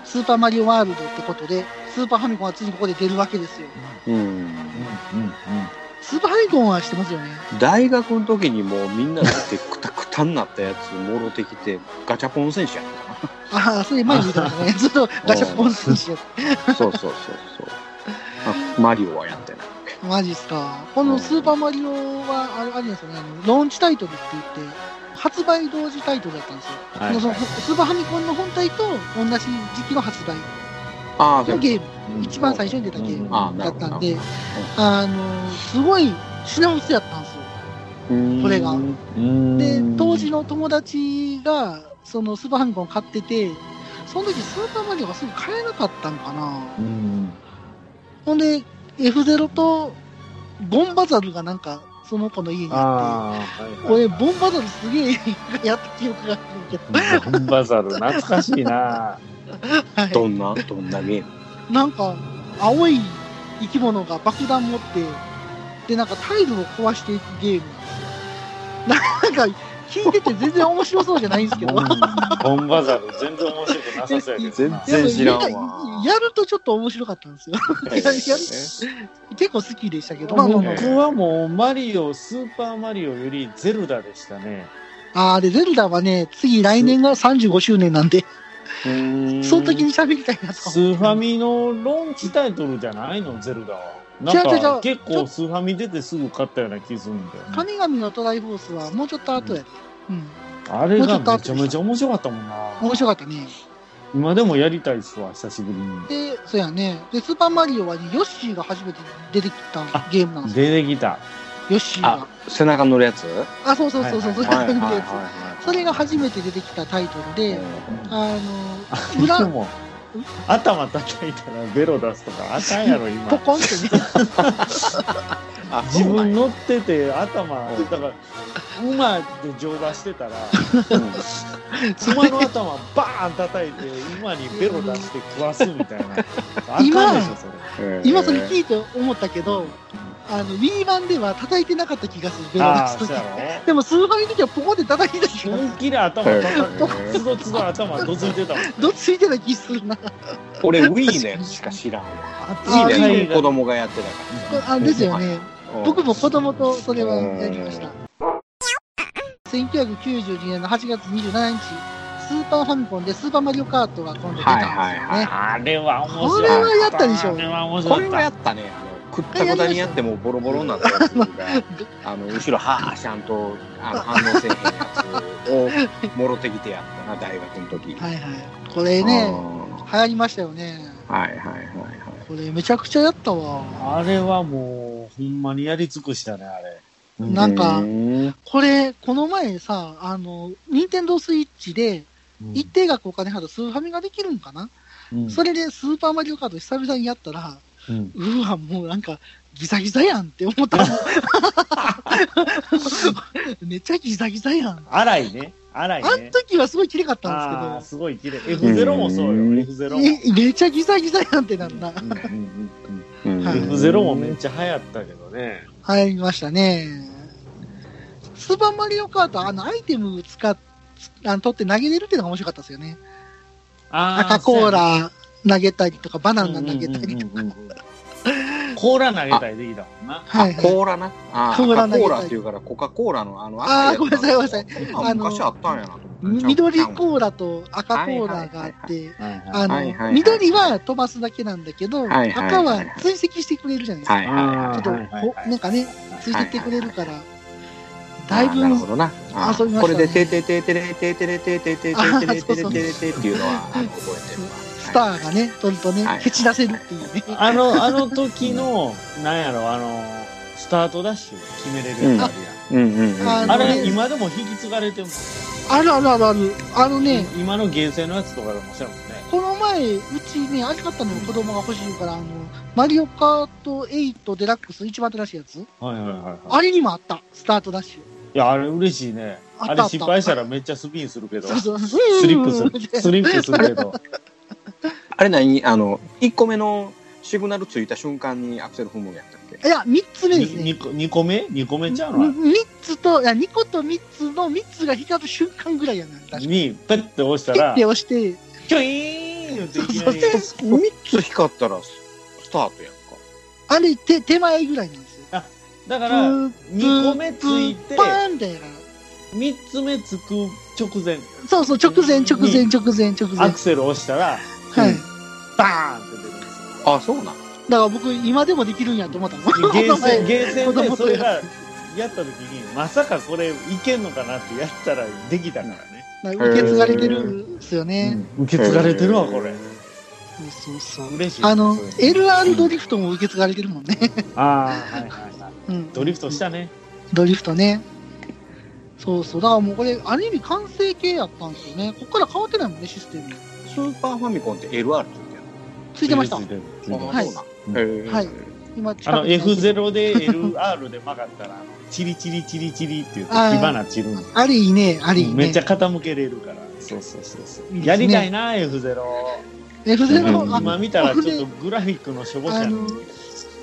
B: スーパーマリオワールドってことで、スーパーファミコンはついにここで出るわけですよ。
C: うん。
A: うん、うん、
B: スーパーファミコンは知ってますよね。
C: 大学の時にもうみんなでくたくたになったやつもろてきてガチャポン選手やっ
B: ああ、それ前に言ってまし たね。ずっとガチャポン選手やって
C: た。そうそうそうそう。あマリオはやってない。
B: マジっすか。このスーパーマリオは、あれ、あれなんですよね、あのローンチタイトルって言って、発売同時タイトルだったんですよ。
A: はい
B: そのスーパーファミコンの本体と同じ時期の発売
C: ああ、そう
B: のゲーム。
A: うん。
B: 一番最初に出たゲーム
C: ああ
B: だ
C: なる
B: っ
C: ほ
B: た
C: ど
B: んで、あのすごい品薄やったんですよ。
C: うん
B: これが
A: うん
B: で、当時の友達が、そのスーパーファミコン買ってて、その時スーパーマリオがすぐ買えなかったのかな。
A: うん。
B: ほんで、F0 とボンバザルがなんか、その子の家にあ
A: ああ、はい
B: っ
A: はい
B: て、俺、ボンバザルすげえやった記憶があるんだけど、
A: ボンバザル、懐かしいな。
B: はい
C: どんなどんなゲー ム
B: なんか、青い生き物が爆弾持って、で、なんかタイルを壊していくゲーム なんですよ。なんか、聞いてて全然面白そうじゃないんですけど、
A: ボ
B: やっ
A: ンボンバザル、全然面白くなさそうやけど。
C: 全
B: ぱ
C: 然知らんわ
B: みんなやるとちょっと面白かったんですよ。いやいや結構好きでしたけど、まあまあまあ
A: 僕はもうマリオ、スーパーマリオよりゼルダでしたね。
B: あーで、ゼルダはね、次来年が35周年なんで、
C: うん
B: その時に喋りたいなと
A: スーファミのローンチタイトルじゃないの、ゼルダは。な
B: 違
A: ん
B: う違う違
A: か
B: う
A: 結
B: ちょ
A: 構スーファミ出てすぐ買ったような気するんだよ、ね。
B: 神々のトライフォースはもうちょっと後やで。うん。
A: あれがめちゃめちゃ面白かったもんな
B: 面。白かったね。
A: 今でもやりたいっすわ、久しぶりに。
B: で、そうやね。で、スーパーマリオはね、ヨッシーが初めて出てきたゲームなんですよ。
A: 出てきた。
B: ヨッシーが。
C: 背中乗るやつ
B: あ、そうそうそうそう、そう
C: はい
B: い
C: は
B: う
C: い
B: の
C: はい
B: やつ。
C: はい
B: それが初めて出てきたタイトルで、あの、
A: で
B: 裏、
A: も、頭叩いたらベロ出すとかあかんやろ、今。
B: ポコンってね、
C: あ
A: 自
C: そうなん
A: 分
C: や
A: 乗ってて頭だから馬で乗馬してたら馬の頭バーン叩いて馬にベロ出して食わすみたいなあかんでしょそれ
B: 今それ聞いて思ったけど、あの、Wii 版では叩いてなかった気がする、ベロ出
A: ああ
B: す
A: そ
B: と
A: う
B: き
A: や。ろ
B: でも、スーファミの時はポコンって叩いてた気がする
A: 本。気で頭叩
C: へ
A: く
C: ー
A: つどつど頭どついてたもん
B: どっちついてた気するな。
C: 俺 Wii のやつしか知らんわ
B: あー
C: Wii
B: い
C: ね
B: いね
C: 子供がやってたか
B: あですよね。
C: ら
B: 僕も子供とそれはやりました。1992年の8月27日、スーパーファミコンでスーパーマリオカートが今度出たん
C: は
B: で
C: い
B: すよね。
C: はいはい
A: あれは面白
B: こ
A: い
B: れはやったでしょ
A: あれは面白
C: こ
A: か
C: れ
A: っ
C: は
A: た
C: やったねあのくったくたにやってもうボロボロになったやつ があの後ろはあちゃんとあの反応せえへんやつをもろてきてやったな大学の時
B: はいはい。これ
C: う
B: ね、
C: んは
B: 流行りましたよね。
C: いはいはいはい
B: これめちゃくちゃやったわ。
A: あれはもうほんまにやり尽くしたねあれ
B: なんか
C: うん
B: これ、この前さ、あの、任天堂スイッチで、一定額お金払うとスーファミができるんかな、
A: うん
B: それでスーパーマリオカード久々にやったら、
A: うん
B: うわ、もうなんか、ギザギザやんって思 った。めっちゃギザギザやん。
A: 荒いね。荒い
B: あ
A: ね
B: ん。時はすごい綺麗かっ
A: あ
B: た
A: あー、
B: んです
A: ごい綺麗。F0 もそうよ、
C: うん
A: F0
B: すけど、
A: も。
B: えめっちゃギザギザやんってなった。
A: うんうんうん
C: うん
B: はい
A: うん F0 もめっちゃ流行ったけどね。
B: 入りましたね。スーパーマリオカート、あの、アイテム使っ、あの取って投げれるっていうのが面白かったですよね。
A: あ
B: 赤コーラ投げたりとか、バナナ投げたりとか。
A: うんうんうんうんコーラ投げたりできたもんな。
B: はい、は
C: あ
B: い。
C: コーラな。あ
B: コーラ投げたい
C: コーラっていうからコカ・コーラのあの
B: あーご
C: 赤いやつ
B: めんなさいごめんなさい
C: あ
B: あの
C: 昔あったんやなと思って。
B: 緑コー
C: ラ。
B: ラと赤コーラがあって、
A: はい
B: あ
A: はい
B: の、
C: はいはい
B: 緑は飛ばすだけなんだけど、
C: いはいはい
B: 赤は追跡してくれるじゃないですか。
C: はいはいはい。
B: ちょっと、
A: はいはいはい
B: こなんかね、ついてってくれるから、だ
C: あ
B: い
C: ーなるほ
B: ぶ、
C: どな。あ
B: 遊びま
C: ー
B: した
C: こ
B: ね
C: れで、ててててれててれててててて
B: あー
C: てれ
B: そう
C: て
B: そう
C: れてれてれっていうのは、あの覚えてるわ。
B: スターがね、取るとね
C: はいは、い
B: 蹴散らせるっていうね。
A: あの、あの時の、なんやろ、あの、スタートダッシュ決めれるやつある
C: うんうんうん。
B: あ
A: やん。
B: の
A: あ
B: ね
A: れ、今でも引き継がれてるもん
B: あるあるあるある。あのね、
A: 今の厳正のやつとかでもそうやもんね。
B: この前、うちね、あれ買ったのよ子供が欲しいから、あの、マリオカート8デラックス一番新しいやつ
A: はいはいはい、はい。
B: あれにもあった、スタートダッシュ。
A: いや、あれ嬉しいね。
B: あっ
A: あ
B: たあった
A: れ失敗したらめっちゃスピンするけど。
B: そうそう。ス
A: スリップ する。スリップするけど。
C: あれ何あの、1個目のシグナルついた瞬間にアクセル踏むんやったっけ
B: いや、3つ目ですね。
A: 2個二個目 ?2 個目ちゃうの
B: 3つと、いや、2個と3つの3つが光る瞬間ぐらいやねん。確かに。
A: に、ペッて押した
B: ピ
A: ら
B: ッて、押して、
A: キョイーンっていきなり。
C: ?3 つ光ったらススタートやんか。
B: あれ、手、手前ぐらいなんですよ。
A: だから、2個目つ
B: つー
A: いて
B: パ、ーンみたいな。
A: 3つ目つく直前、
B: そうそう、直前、直前、直前、直前。
A: アクセル押したら、
B: はい。
A: バーンって出るんですよ。
C: あ、そうなの
B: だから僕、今でもできるんやと思ったの。
A: ゲー
B: この前
A: セン、ゲーセ
B: 子
A: ンで
B: 供
A: そ
B: と
A: れ
B: や
A: がやった時に、まさかこれいけんのかなってやったらできたからね。
B: なんか受け継がれてるんですよね。
A: 受け継がれてるわ、これ。
B: そうそうそう。
A: 嬉しい。
B: あの
A: そういう、う
B: LR
A: ん
B: ドリフトも受け継がれてるもんね。
A: ああ、はいはいはい。
B: うん
A: ドリフトしたね。
B: ドリフトね。そうそう。だからもうこれ、ある意味完成形やったんですよね。こっから変わってないもんね、システム。
C: スーパーファミコンって LR つ
B: つ
C: いてる
B: いてました。
C: の
B: はい
C: あ、そうなん。へー
B: はい今近
A: あの
B: くに
A: F0 で LR で曲がったら、あのチリチリチリチリって言って火
B: あー
A: 花散るの。
B: あれいいね、あれいいね。
A: めっちゃ傾けれるから。そうそうそうそう。やりたいな、F0。
C: うん
B: 0あ、
A: 今見たらちょっとグラフィックのしょぼさ
B: あ
A: に
B: の、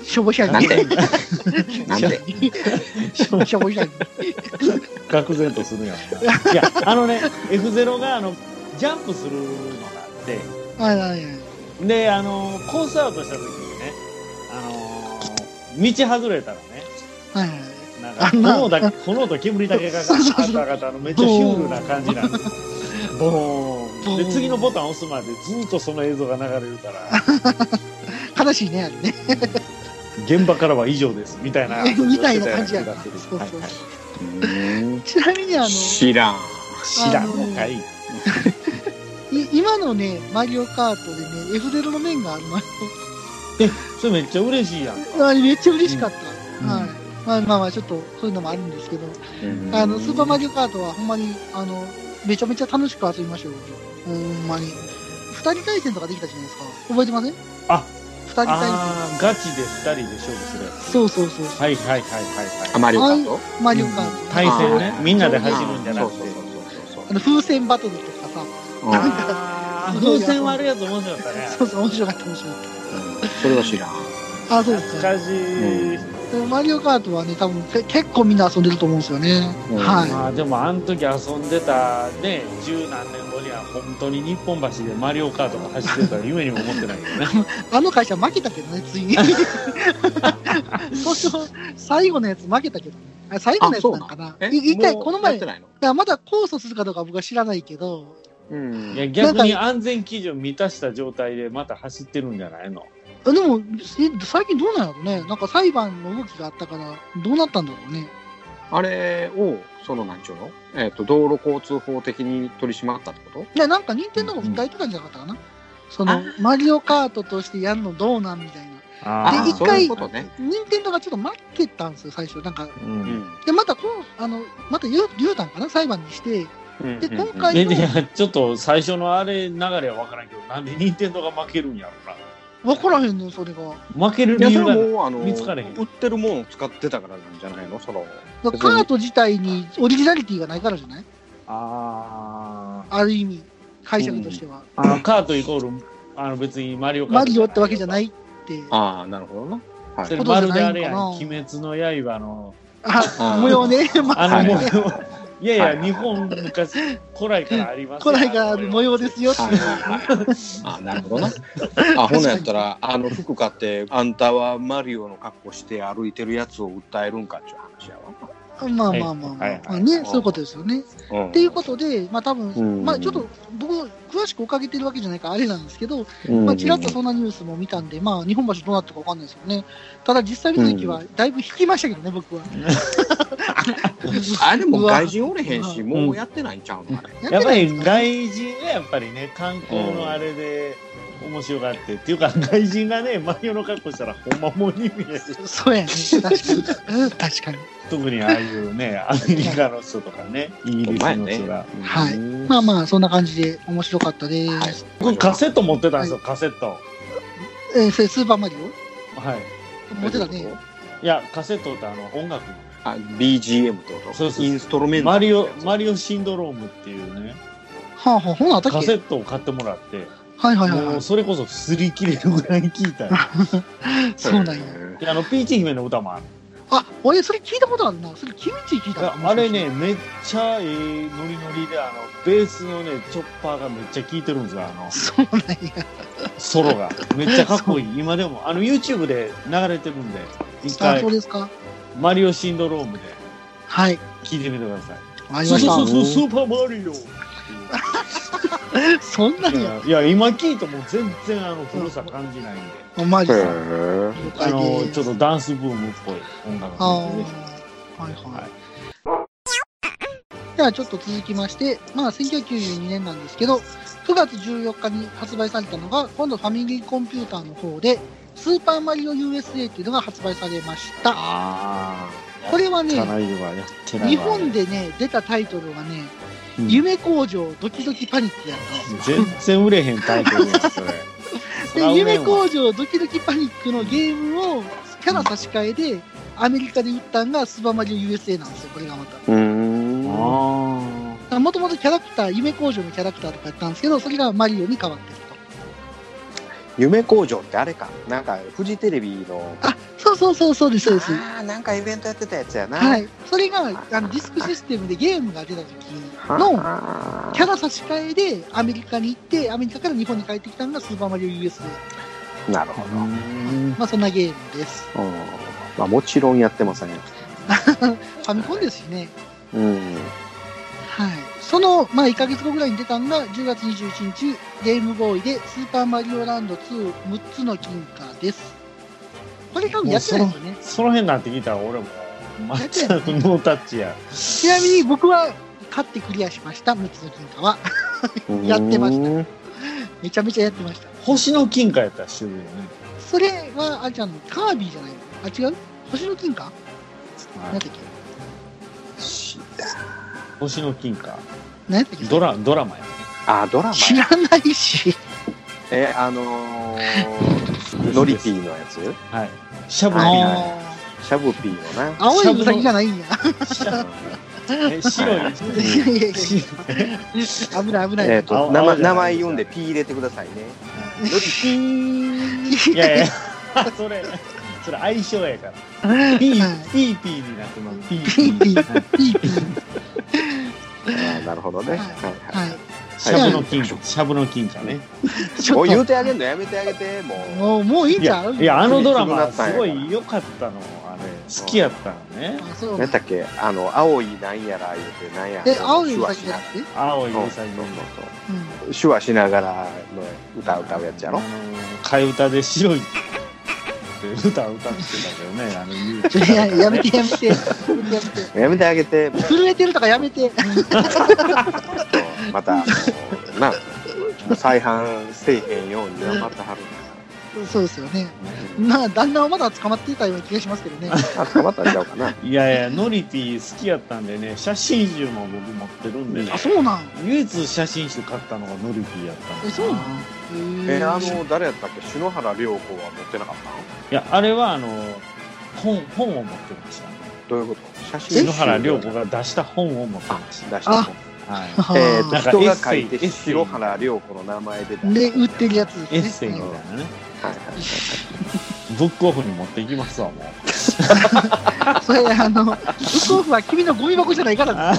B: 消防車
C: な
B: が
C: ん。でな んで
B: 消防車が。
A: 愕然とするやんな。いや、あのね、F0 があのジャンプするのがあって、
B: はいはいはい。
A: で、あの、コースアウトした時にね、あの、道外れたらね、
B: はいはいはい。
A: なん
B: あ
A: か、
B: んな
A: 炎だけ、炎と煙だけが
B: そうそうそう
A: ガタガタのめっちゃシュールな感じなんですよ。ボーン。
B: ボー
A: で、
B: ン
A: 次のボタン押すまでずっとその映像が流れるから、
B: 悲しいね、あれね。
A: 現場からは以上です、みたいな。
B: みたいな感じやな
A: 気がする
B: そうそう
A: はいはい
C: うん
B: ちなみにあの、
C: 知らん。
A: 知らんのかい。
B: い今のね、マリオカートでね、F0 の面があるのよ。
A: え、それめっちゃ嬉しいやん。
B: あれめっちゃ嬉しかっ
A: う
B: た。
A: ん
B: はい。まあまあまあ、ちょっとそういうのもあるんですけど、あの、スーパーマリオカートはほんまに、あの、めちゃめちゃ楽しく遊びましょう。ほんまに。二人対戦とかできたじゃないですか。覚えてません
A: あ、
B: 二人対戦。
A: あーガチで2人で勝負するやつ
B: そうそうそう。
A: はいはいはいはい
C: あ
A: はい
C: マリオカート
B: マリオカート。
A: 対戦ね
C: あー
A: みんなで走るんじゃなくて
C: そうそうそう
B: あの、風船バトルとかさ。
C: そうそう。
A: あー風船割るやつ面白かったね
B: そうそう、面白かった、面白かっ
C: うんそれは知らん。
B: た。あ、そうです
A: 懐
B: か。
A: かしい、
B: マリオカートはね、多分け結構みんな遊んでると思うんですよね。
C: うん
B: は
A: まあでもあの時遊んでたね十何年後には本当に日本橋でマリオカートが走ってたら夢にも思ってないよね
B: い。あの会社負けたけどね、つい に。そうそう最後のやつ負けたけどね。あ最後のやつなのかな
C: え
B: い一回、
C: もう
B: この
C: や
B: 前、だ
C: っ
B: か
C: てないの
B: らまだ控訴するかどうか僕は知らないけど、
C: うん
A: いや逆に安全基準満たした状態でまた走ってるんじゃないの
B: でも、え最近どうなんやろうね。なんか裁判の動きがあったから、どうなったんだろうね。
C: あれを、その、なんちゅうのえっと、道路交通法的に取り締まったってこと
B: いや、なんか任天堂も訴えてたんじゃなかったかな。その
C: あ、
B: マリオカートとしてやるのどうなんみたいな。
A: あ
B: で
A: ー
B: 一回
C: そういうことね。
B: 任天堂がちょっと待ってたんですよ、最初。なんか、
A: う
C: うんん。
B: で、またこの、あの、また言う、言うたんかな裁判にして、
C: うん
B: で、今
A: で
B: 回
A: い
B: の、
A: やちょっと最初のあれ流れは分からんけどなんで任天堂が負けるんやろ
B: わからへんのよ、それが。
A: な負ける
C: いや、
A: 理
C: それ
A: 由が
C: はもう、あの、
A: 見つかれへん
C: 売ってるものを使ってたからなんじゃないのその、
B: カ
C: 別に
B: ート自体にオリジナリティがないからじゃない
A: あー
B: ある意味、解釈としては。
A: あのカートイコールあの別にマリオカート
B: マリオってわけじゃないいって。
C: ああ、なるほどな。
A: それ
B: ことじ
A: ま
B: ゃな
A: る
B: いの
A: で
B: かな
A: あれやん「鬼滅の刃の」
B: あ、模様ね。 ま
A: あ
B: あ、
A: の模
C: は
A: 様、い、やいや、
C: はい
A: 日本昔古来からあります
B: 古来からある模様
A: で
B: ですよって
C: はい
B: いう。
C: はいはいあなるほどな。あほなやったらあの服買ってあんたはマリオの格好して歩いてるやつを訴えるんかっちゅう話や
B: まあまあまあま
A: はいは
B: あ
A: い。
B: まあね、そういうことですよね。
C: わ。うん
B: っていうことで、まあ多
C: うん
B: 分、まあちょっと僕、詳しく追っかけてるわけじゃないからあれなんですけど、
C: うん
B: まあちらっとそんなニュースも見たんで、まあ日本橋どうなったかわかんないですよね。ただ実際見た時は、だいぶ引きましたけどね、 僕は。
C: あれも外人おれへんし
B: う
C: もうやってないんちゃうのあ れ。
A: やっぱり
B: 外
A: 外人がやっぱりね観光のあれで面白がって、っていうか外人がねマリオの格好したらほんまもんに見える
B: そうやね。確かに。うん確かに。
A: 特にああいう ねアメリカの人とかねイギリスの人が、
B: はい
C: うん
B: まあまあ、そんな感じで面白かったです。
C: はい
A: 僕カセット持ってたんですよ、カセット
B: えーそれスーパーマリオ
A: はい
B: 持ってたね。。
A: いやカセットってあの音楽の
C: あ BGM ってこと
A: そうそうそう
C: インストルメント
A: マリオマ
C: リ
A: リオシンドロームっていうね
B: はあはあ、ほなあった
A: カ
B: っ
A: セ
B: け
A: ットを買ってもらって
B: はいはいはい
A: も
B: は
A: う
B: い。
A: それこそ擦り切れるぐらい聞い たよ
B: そうなんや。
A: であのピーチ姫の歌もある
B: あ、俺それ聞いたことあるな。それ、キムチ聞い
A: い
B: た
A: や
B: な
A: あれね、。めっちゃええノリノリであのベースのねチョッパーがめっちゃ効いてるんですよあの
B: そうなんや。
A: ソロがめっちゃかっこいい今でもあの YouTube で流れてるんで一
B: あ、
A: 回
B: そうですか。
A: マリオシンドロームで
B: はい。
A: 聞いてみてください
B: わかり
A: そ
B: ま
A: うそ
B: し
A: う。
B: た
A: そうスーパーマリオ
B: そんなん
A: い
B: や。
A: やいや今聞いても全然あの古さ感じないんで
B: マジ
C: へ
B: で。
C: え
B: 了
A: あ
B: 解
A: の
B: です
A: ちょっとダンスブームっぽい音楽
B: あ
A: なんでぜ
B: あ、はい
A: ひは
B: はいい。ではちょっと続きまして、まあ1992年なんですけど、9月14日に発売されたのが、今度ファミリーコンピューターの方で、スーパーマリオ USA っていうのが発売されました。
A: あ
B: これは
A: あ
B: ね、
A: ないわやってないわ
B: 日本でね、出たタイトルはね、
A: うん
B: 夢工場ドキドキパニックやっ
A: 全然売れへんタイトルやんそれ
B: た。で、夢工場ドキドキパニックのゲームをキャラ差し替えで、アメリカで売ったんがスーパーマリオ USA なんですよ、これがまた。
C: うーん
A: あ
B: もともとキャラクター、夢工場のキャラクターとかやったんですけど、それがマリオに変わってると。
C: 夢工場ってあれかなんかフジテレビの
B: あ、そうそうそう、そうです、そうです。
C: あーなんかイベントやってたやつやな
B: はい。それが、あの、ディスクシステムでゲームが出た時の、
C: の
B: キャラ差し替えでアメリカに行って、アメリカから日本に帰ってきたのがスーパーマリオ US。
C: なるほど、
A: あ
B: まあ、そんなゲームです。
C: うんまあ、もちろんやってません、
B: ファミコンですしね。
C: うん、
B: はい。その、まあ、1ヶ月後ぐらいに出たのが、10月21日、ゲームボーイで、スーパーマリオランド2、6つの金貨です。これ多分やってないですよね。
A: その辺になってきたら俺も全くノータッチや
B: ちなみに僕は勝ってクリアしました、6つの金貨は。 やってました
C: うん
B: めちゃめちゃやってました。
A: 星の金貨やったら種類よね
B: それは、あれちゃんのカービィじゃないのあ、違う星の金貨何やったっけ
A: 星の金貨
B: 何やったっけ
A: ドラドラマやね
C: あドラマ
B: 知らないし。
C: えあ のー、ノリピーのやつ
A: はいシャブ
C: はい
A: の
B: あ
C: シャブピーのな
B: ー青いウサギじゃないんや。
A: え白い
B: いやいやいや
A: し
B: 危ない危ない。
C: えっ
A: 青
C: と名
A: 青
C: 前
A: じゃない
C: 名前読んでピー入れてくださいねノリピー
A: いやいやそれそれ相性やからピーピーピーになってますピ
B: ピ
A: ー
B: ーピ
A: ピ
B: ー
A: ー、
B: ピーピー。
C: あーなるほどね、
B: は
C: はいい
B: は。
C: はい
A: シャブの金貨シャブの金貨ね
C: い、
B: ちょ
C: もう言
B: っ
C: うてあげんのやめてあげても
B: と、
C: う
B: もう、もういいん
A: い
B: ちゃ
A: や
B: うい
A: いやあのドラマ
C: す
A: す
C: ご
A: ご
C: いなったんやから
A: い良かったのあれ好きやったのね
B: そう
C: 何やったっけあの青いなんやら言うてなんや
B: え、青いウサ
C: 手話
B: ギ
C: し
B: じゃ
C: な
B: なくて
A: 青い
C: そう
A: ウ
C: そ
A: サ
C: う
A: ギ
B: うん。
C: そうそう手話しながらの歌歌うやつやろ
A: あの替え歌で白いって歌を歌ってたけどねあの YouTube
B: いや、やめてやめて。やめてやめて。
C: やめてあげてもう
B: 震えてるとかやめて。
C: またあのな再販せえへんように頑張ってはるんだ
B: そうですよね。まあ、旦那はまだ捕まっていたような気がしますけどね。
C: あ、捕まったんちゃうかな。
A: いやいや、ノリピー好きやったんでね、写真集も僕持ってるんでね
B: あ、。そうなん。
A: 唯一写真集買ったのがノリピーやったんで
B: え、
A: す
B: そうなん。
C: え
B: へー
C: あの、誰やったっけ篠原涼子は持ってなかったの
A: いや、あれはあの、本、本を持ってました。
C: どういうこと写真
A: 篠
C: 集
A: 原涼子が出した本を持ってました。
C: 出した本
A: は
C: えー
A: な
C: と、
A: んか
C: 人が書い
A: エッ
C: て
A: セイ
C: 篠原涼子の名前で出した
B: で、売ってるやつ
A: い。エッ
B: です
A: セイ
B: ね。
A: みたいなね。
C: はいはい
A: ブックオフに持っていきますわ、もう。
B: それ、あの、ブックオフは君のゴミ箱じゃないから。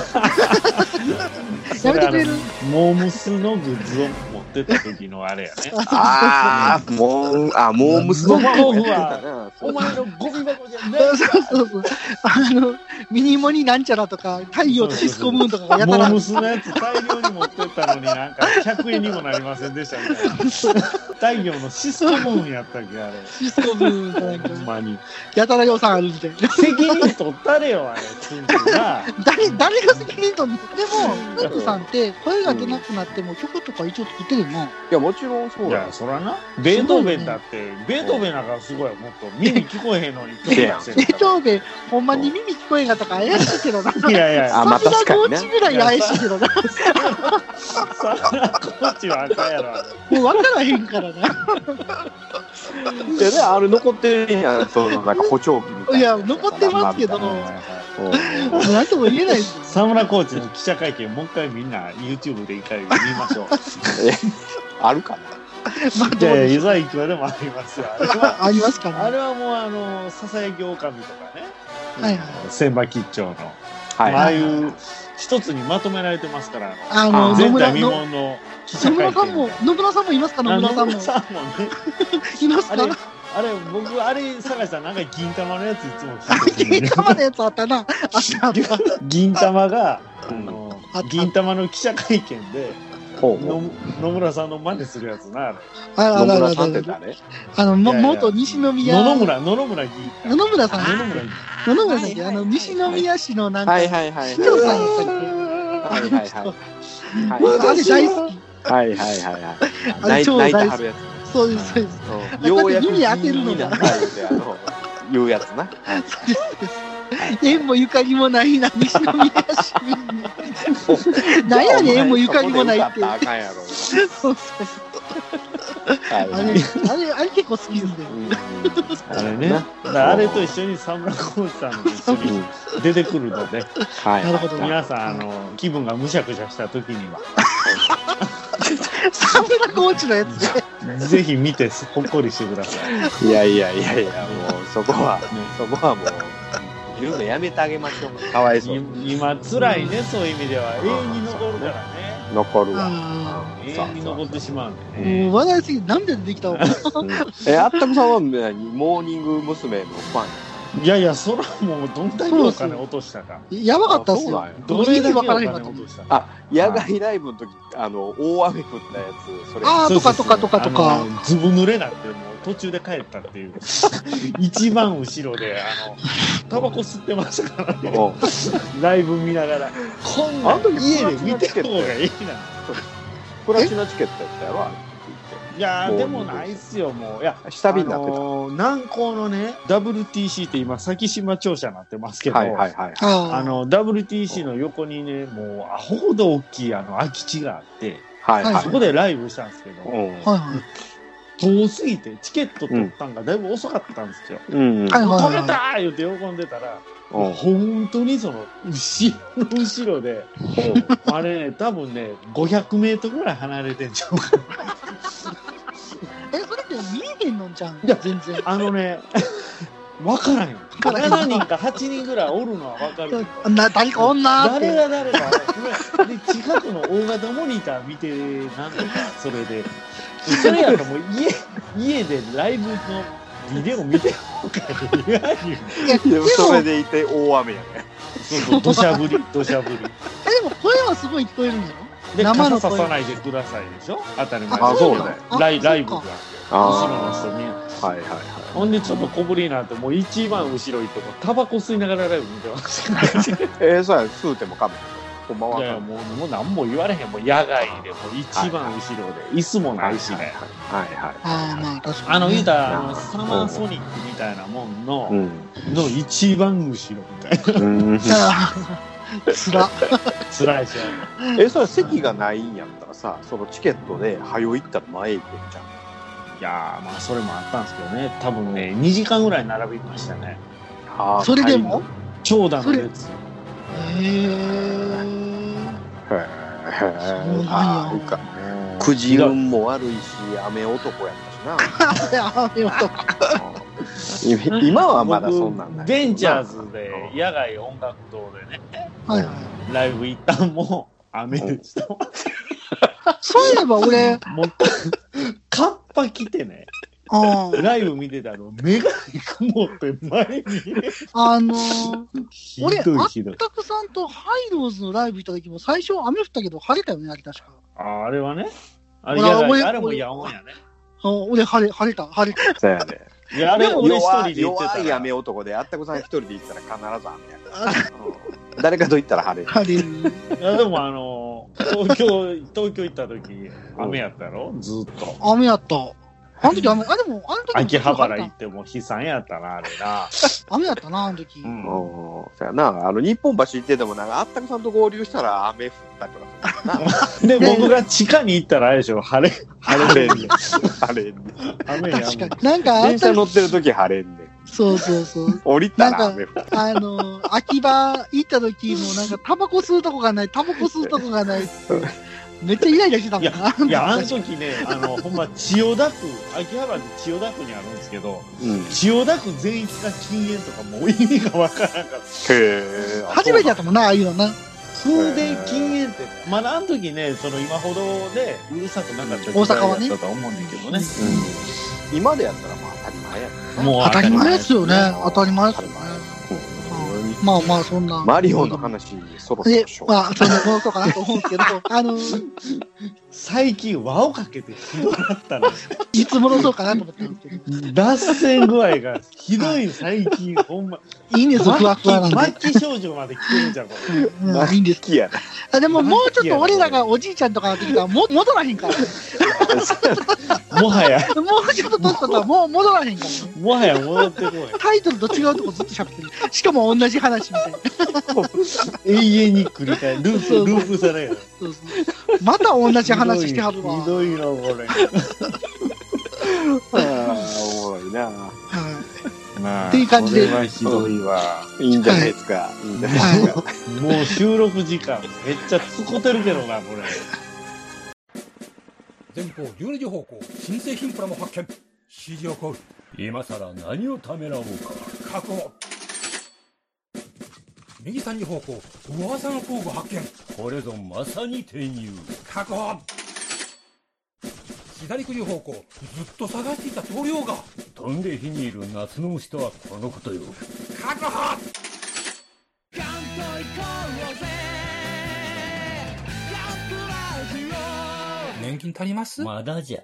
B: やめてくれる。
A: モームスのグッズを持ってた時のあれやね。
C: ああ、もう、あ、もう娘の前もやってたな。
A: お前のゴミ箱じゃない
B: そうそうそうそう。あの、ミニモニなんちゃらとか、太陽とシスコムーンとかがや
A: モ
B: たら
A: ー。ムスのやつ大量に持ってったのになんか100円にもなりませんでしたみたいな。太陽のシスコムーンやったっけあれ。
B: シスコムーンとなん
A: ほん
B: か、
A: まに。
B: やたら予算あるみたいな。
A: 責任取ったれよ、あれ。つんくな。
B: 誰、誰が責任取るのでも、ナックさんって声が出なくなっても曲とか一応作ってるよな。
C: いや、もちろんそう
A: い
C: だよ
A: や、。そらな。ベートーベンだって、ベートーベンなんかすごい、もっと耳聞こえへんのに。
C: いや
B: ベートーベン、ほんまに耳聞こえんかったから怪しいけどな。
A: いやいや、
C: あまあ
B: さすが
C: 確かに
B: ゴ
C: ね
B: ーチぐらい怪しいけど な。
A: そら、こっちはあかんやろ。あれ
B: もう分からへんからな。
C: いやね、あれ残ってるやん、そのなんか補聴器みたいな。
B: いや残ってますけど
C: まんまみたいなうん
B: なんとも言えないですよ。
A: 沢村コーチの記者会見、もう一回みんな YouTube で一回見ましょう。
C: あるかな。
B: まあ、どう
A: いや
B: で
A: い
B: し
A: や、
B: ょう
A: いざいくらでもありますよ。あれは、
B: ありますか
A: あ
B: ね。
A: れはもう、あの、ささやき狼とかね。
B: はいはい。
A: 千葉吉兆の。
C: はい。
A: ああいう、一つにまとめられてますから、あ
B: あ
A: の
B: の、野
A: 前
B: 村
A: 代未
B: の、
A: 聞の記
B: 野
A: 者会
B: 村さんも
A: 見。、
B: 野村さんもいますか野村さんも。
A: あ野村さんもね。
B: います
A: あれ
B: か、
A: あれ、僕、あれ、探したなんか銀玉のやついつも聞いてる
B: 金玉のやつあったな。あったあった。
A: 銀玉が、あ
C: うん
A: の
B: あ、
A: 銀玉の記者会見で、
C: ほうほ
A: の
C: う
A: 野村さんの真似するやつな。あれ
B: あら
C: 野
B: あらあら
C: 村
B: あ
C: さんって
B: ら
C: 誰
B: あの、も
A: いやいや
B: 元西宮。
A: 野々村、野々村議員。
B: 野々村さん
A: 野々村議員。
B: 野々村さんって、あの、西宮市のなんか、
C: はいはいはい。
B: 市長さんや
C: は
B: ったっけ
C: いはいはい。 は
B: あれ
C: い
B: 大好き。
C: はいはいはいはい。
B: あれ
C: 泣い
B: 超
C: 泣いて
B: 大
C: は
B: 好き
C: る。や
B: そうです、そうです。
C: つ。
B: あ
C: ようやく
B: 耳当てるの
C: にな
B: が
C: ったんで、あの、言うやつな。
B: 縁もゆかりもないな、西宮市民に。なんやねん、縁もゆかりもないって。
C: あかんやろ。
B: そうそう
C: はい
B: あ
C: は
B: れ、
C: い。
B: あれ、あれ結構好きですね。
A: あれね。だからあれと一緒に沢村浩二さんと一緒に出てくるので、
C: はい。
B: なるほど
A: 皆さん、あの、気分がむしゃくしゃした時に は、
B: 沢村コーチのやつで。
A: ぜひ見て、ほっこりしてください。ね
C: いやいやいやいや、もうそこは、そこはもう、言うのやめてあげましょう。かわいそう。
A: い今、辛いね、そういう意味では。永遠に残るからね。
C: 残るわ。
B: あ
A: 永遠に残ってしまうん
B: あ、
A: で
B: も
A: ね
B: う。笑いすぎて、なんでできたの
C: え、あったくさんは、ねモーニング娘。のファン。
A: いやいや、そらもうどんだけお金落としたか。
B: やばかったっす
C: あそうな
B: よ
C: んや。
A: どれだ
B: 意味
A: けお
B: わからへ
A: 金
B: んかった
A: 落。としたか。
C: あ、野外ライブの時、あの、大雨降ったやつ、それ。
B: ああ、とかとかとかと
A: あ
B: か。
A: のずぶ濡れなって、もう途中で帰ったっていう。 一番後ろで、あの、タバコ吸ってましたからね。
C: お
A: ライブ見ながら。こんなん
C: あの時
A: 家で見てた方がいい
C: プラチナチケットやったやろ、あ
A: な。いやー、でもないっすよ、もう。いや、
C: れ下火になって
A: あのー南高のね、WTC って今、先島庁舎になってますけ
C: た。
A: ど、
C: はいはいはい。
B: あ
A: あ
B: の、
A: の、WTC の横にね、もう、アホほど大きいあの空き地があって、
C: はいはい。
A: そこでライブしたんですけど、
C: うん。
B: はいはい。
A: 遠すぎてチケット取ったんがだいぶ遅かったんですよ。
C: うん。
B: はいはい
A: 取
B: は
A: れ
B: い
A: たー言って喜んでたら、
C: うん
A: 本当にその後ろの後ろで、あれね、多分ね、500メートルぐらい離れてんちゃうかな。
B: え、それって見えへんのんちゃうん
A: いや
B: 全然。
A: あのね、わからんよ。
B: からへん
A: 7人か8人ぐらいおるのはわか るけど。
B: な誰かおんなーって。
A: 誰が誰かわかんないで近くの大型モニター見てなんとかそれでそれやったらもう家家でライブのビデオ見てようかいや
B: いやで
C: いや
B: も、
C: それでいて大雨やね。
A: そうそう土砂 降り土砂降り
B: えでも声はすごい聞こえるんやろ
A: で
B: 生の
A: 傘
B: 声
A: ささないでくださいでしょ当たり前
C: あそう
A: だ
C: なん
A: よ
C: や
A: ライライブが後ろの
C: あ
A: 人みんな
C: あ。はいはいは
A: ほんでちょっと小ぶりになってもう一番後ろ行ってもうタバコ吸いながらライブ見てました
C: い。えー、そうや、吸うてもかめへん。こんばん
A: いやいや
C: は。
A: もうもう何も言われへんもう野外でもう一番後ろで椅子もないしね
C: はいはい。
B: ああ、まあ確かに、ね。
A: あの言うたらあ
C: は
A: の
C: い
A: サマーソニックみたいなもんの
C: うん。
A: の一番後ろみたいな
C: うん
B: あーつら。
A: 辛いし
C: え、それ席がないんやったらさ、そのチケットで、早よ行ったら前行けんじゃん。
A: いやーまあそれもあったんですけどね多分ね2時間ぐらい並びましたね
C: あー
B: それでも
A: 長蛇の列
B: へえ。
C: へー
B: うなんや
C: あーかくじ運も悪いし、雨男やった
B: あーよかった
C: しな。 今はまだそんなんない。
A: 僕ベンチャーズで野外音楽堂でね
B: はいはい。
A: ライブ行ったんも雨でした
B: そういえば俺、
A: もう、カッパ着てね、
B: あー
A: ライブ見てたの、目が曇って前に。
B: あのー、
A: ひ
B: 俺、あ
A: どい
B: っ
A: ひどい。
B: たくさんとハイローズのライブ行った時も最初雨降ったけど晴れたよね、あれ確か。
A: ああれはね、あれ
B: ほら
A: や
B: 俺
A: あれもやおんやね。
B: あ俺晴れ、晴れた、晴れた。
C: そうやね。
A: いやあれも俺一人で行って
C: 弱
A: た
C: い
A: ら。
C: 雨男で、あったこさん一人で行ったら必ず雨やからうん誰かと行ったら晴れる。
B: 晴れる。
A: いやでもあの、東京、東京行った時、雨やったろずっと。
B: 雨やった。あの時雨、あ、でも、あの時も
A: 秋葉原行っても悲惨やったな、あれな。
B: 雨やったな、あの時。
A: うん
C: うんそうやな、あの日本橋行っててもなんか、あったくさんと合流したら雨降ったとか
A: で、僕が地下に行ったらあれでしょ、晴れ、晴れんねん。
C: さ、晴れんねん
A: 雨やんね
B: 確
A: ん
B: かに。なんか、あ
C: 電
B: んた
C: 車乗ってる時晴れんねん
B: そうそうそう。
C: 降りたら雨降る。
B: あの、秋葉行った時も、なんか、タバコ吸うとこがない、タバコ吸うとこがないって。めっちゃイライラしてたもんな。
A: いや、あの時ね、あの、ほんま、千代田区、秋葉原の千代田区にあるんですけど、
C: うん
A: 千代田区全域が禁煙とかもう意味がわからんかった
C: へえ。
B: 初めてやったもんな、ああいうのな。
A: 風で禁煙ってまだあの時ねその今ほどでうるさくなかった
B: 大阪はね
A: だったと思うんだけどね
C: うん今でやったらまあ当たり前や
A: もう
B: 当たり前で
A: です
B: よね。当たり前ですよね。
C: うん
B: まあまあ、そんな。
C: マリオの話そろそ
B: で
C: ろしよ、う
B: まあ、そんなことかなと思うんです けど、あの、
A: 最近輪をかけてひどかったの
B: いつ戻そうかなと思ったんですけど、
A: 脱線具合がひどい最近ほんま
B: いいんですよ、ふわふわなんで。
A: 末期症状まで来てるんじゃんこれ
B: うん、いいんです
C: 好。き やな
B: あでも、もうちょっと俺らがおじいちゃんとかになってきたら、もう戻らへんから。
A: もはや
B: もうちょっと年取ったら、もう戻らへんからね。
A: もはや戻ってこ い
B: タイトルと違うとこずっと喋ってる。しかも同じ話みたいな。
A: 永遠に繰り返ルー
B: そうそう
A: プループされる
B: そうそうまた同じ話してはるわ。
A: ひどいなこれ
C: あーおもろいな
A: まあ
B: っていう感じで
A: これはひどいわ
C: いいんじゃないですか、い、いんじゃないですか、
A: もう収録時間めっちゃつこてるけどなこれ
E: 前方12時方向新製品プラも発見指示を行う
F: 今さら何をためらおうか
E: 確保右3時方向噂の工具発見
F: これぞまさに転入
E: 確保左9時方向ずっと探していた棟梁が
F: 飛んで火にいる夏の虫とはこのことよ
E: 確保年金足ります
F: まだじゃ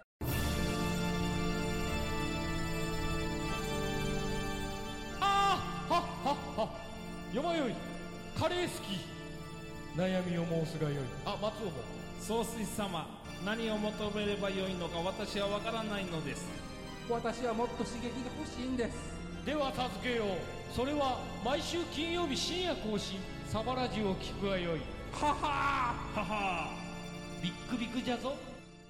G: あーはっはっは山よいカレー好き悩みを申すがよいあ松尾も
H: 総帥様何を求めればよいのか私は分からないのです
E: 私はもっと刺激が欲しいんです
G: では助けようそれは毎週金曜日深夜更新サバラジオを聞くがよいははーははービックビックじゃぞ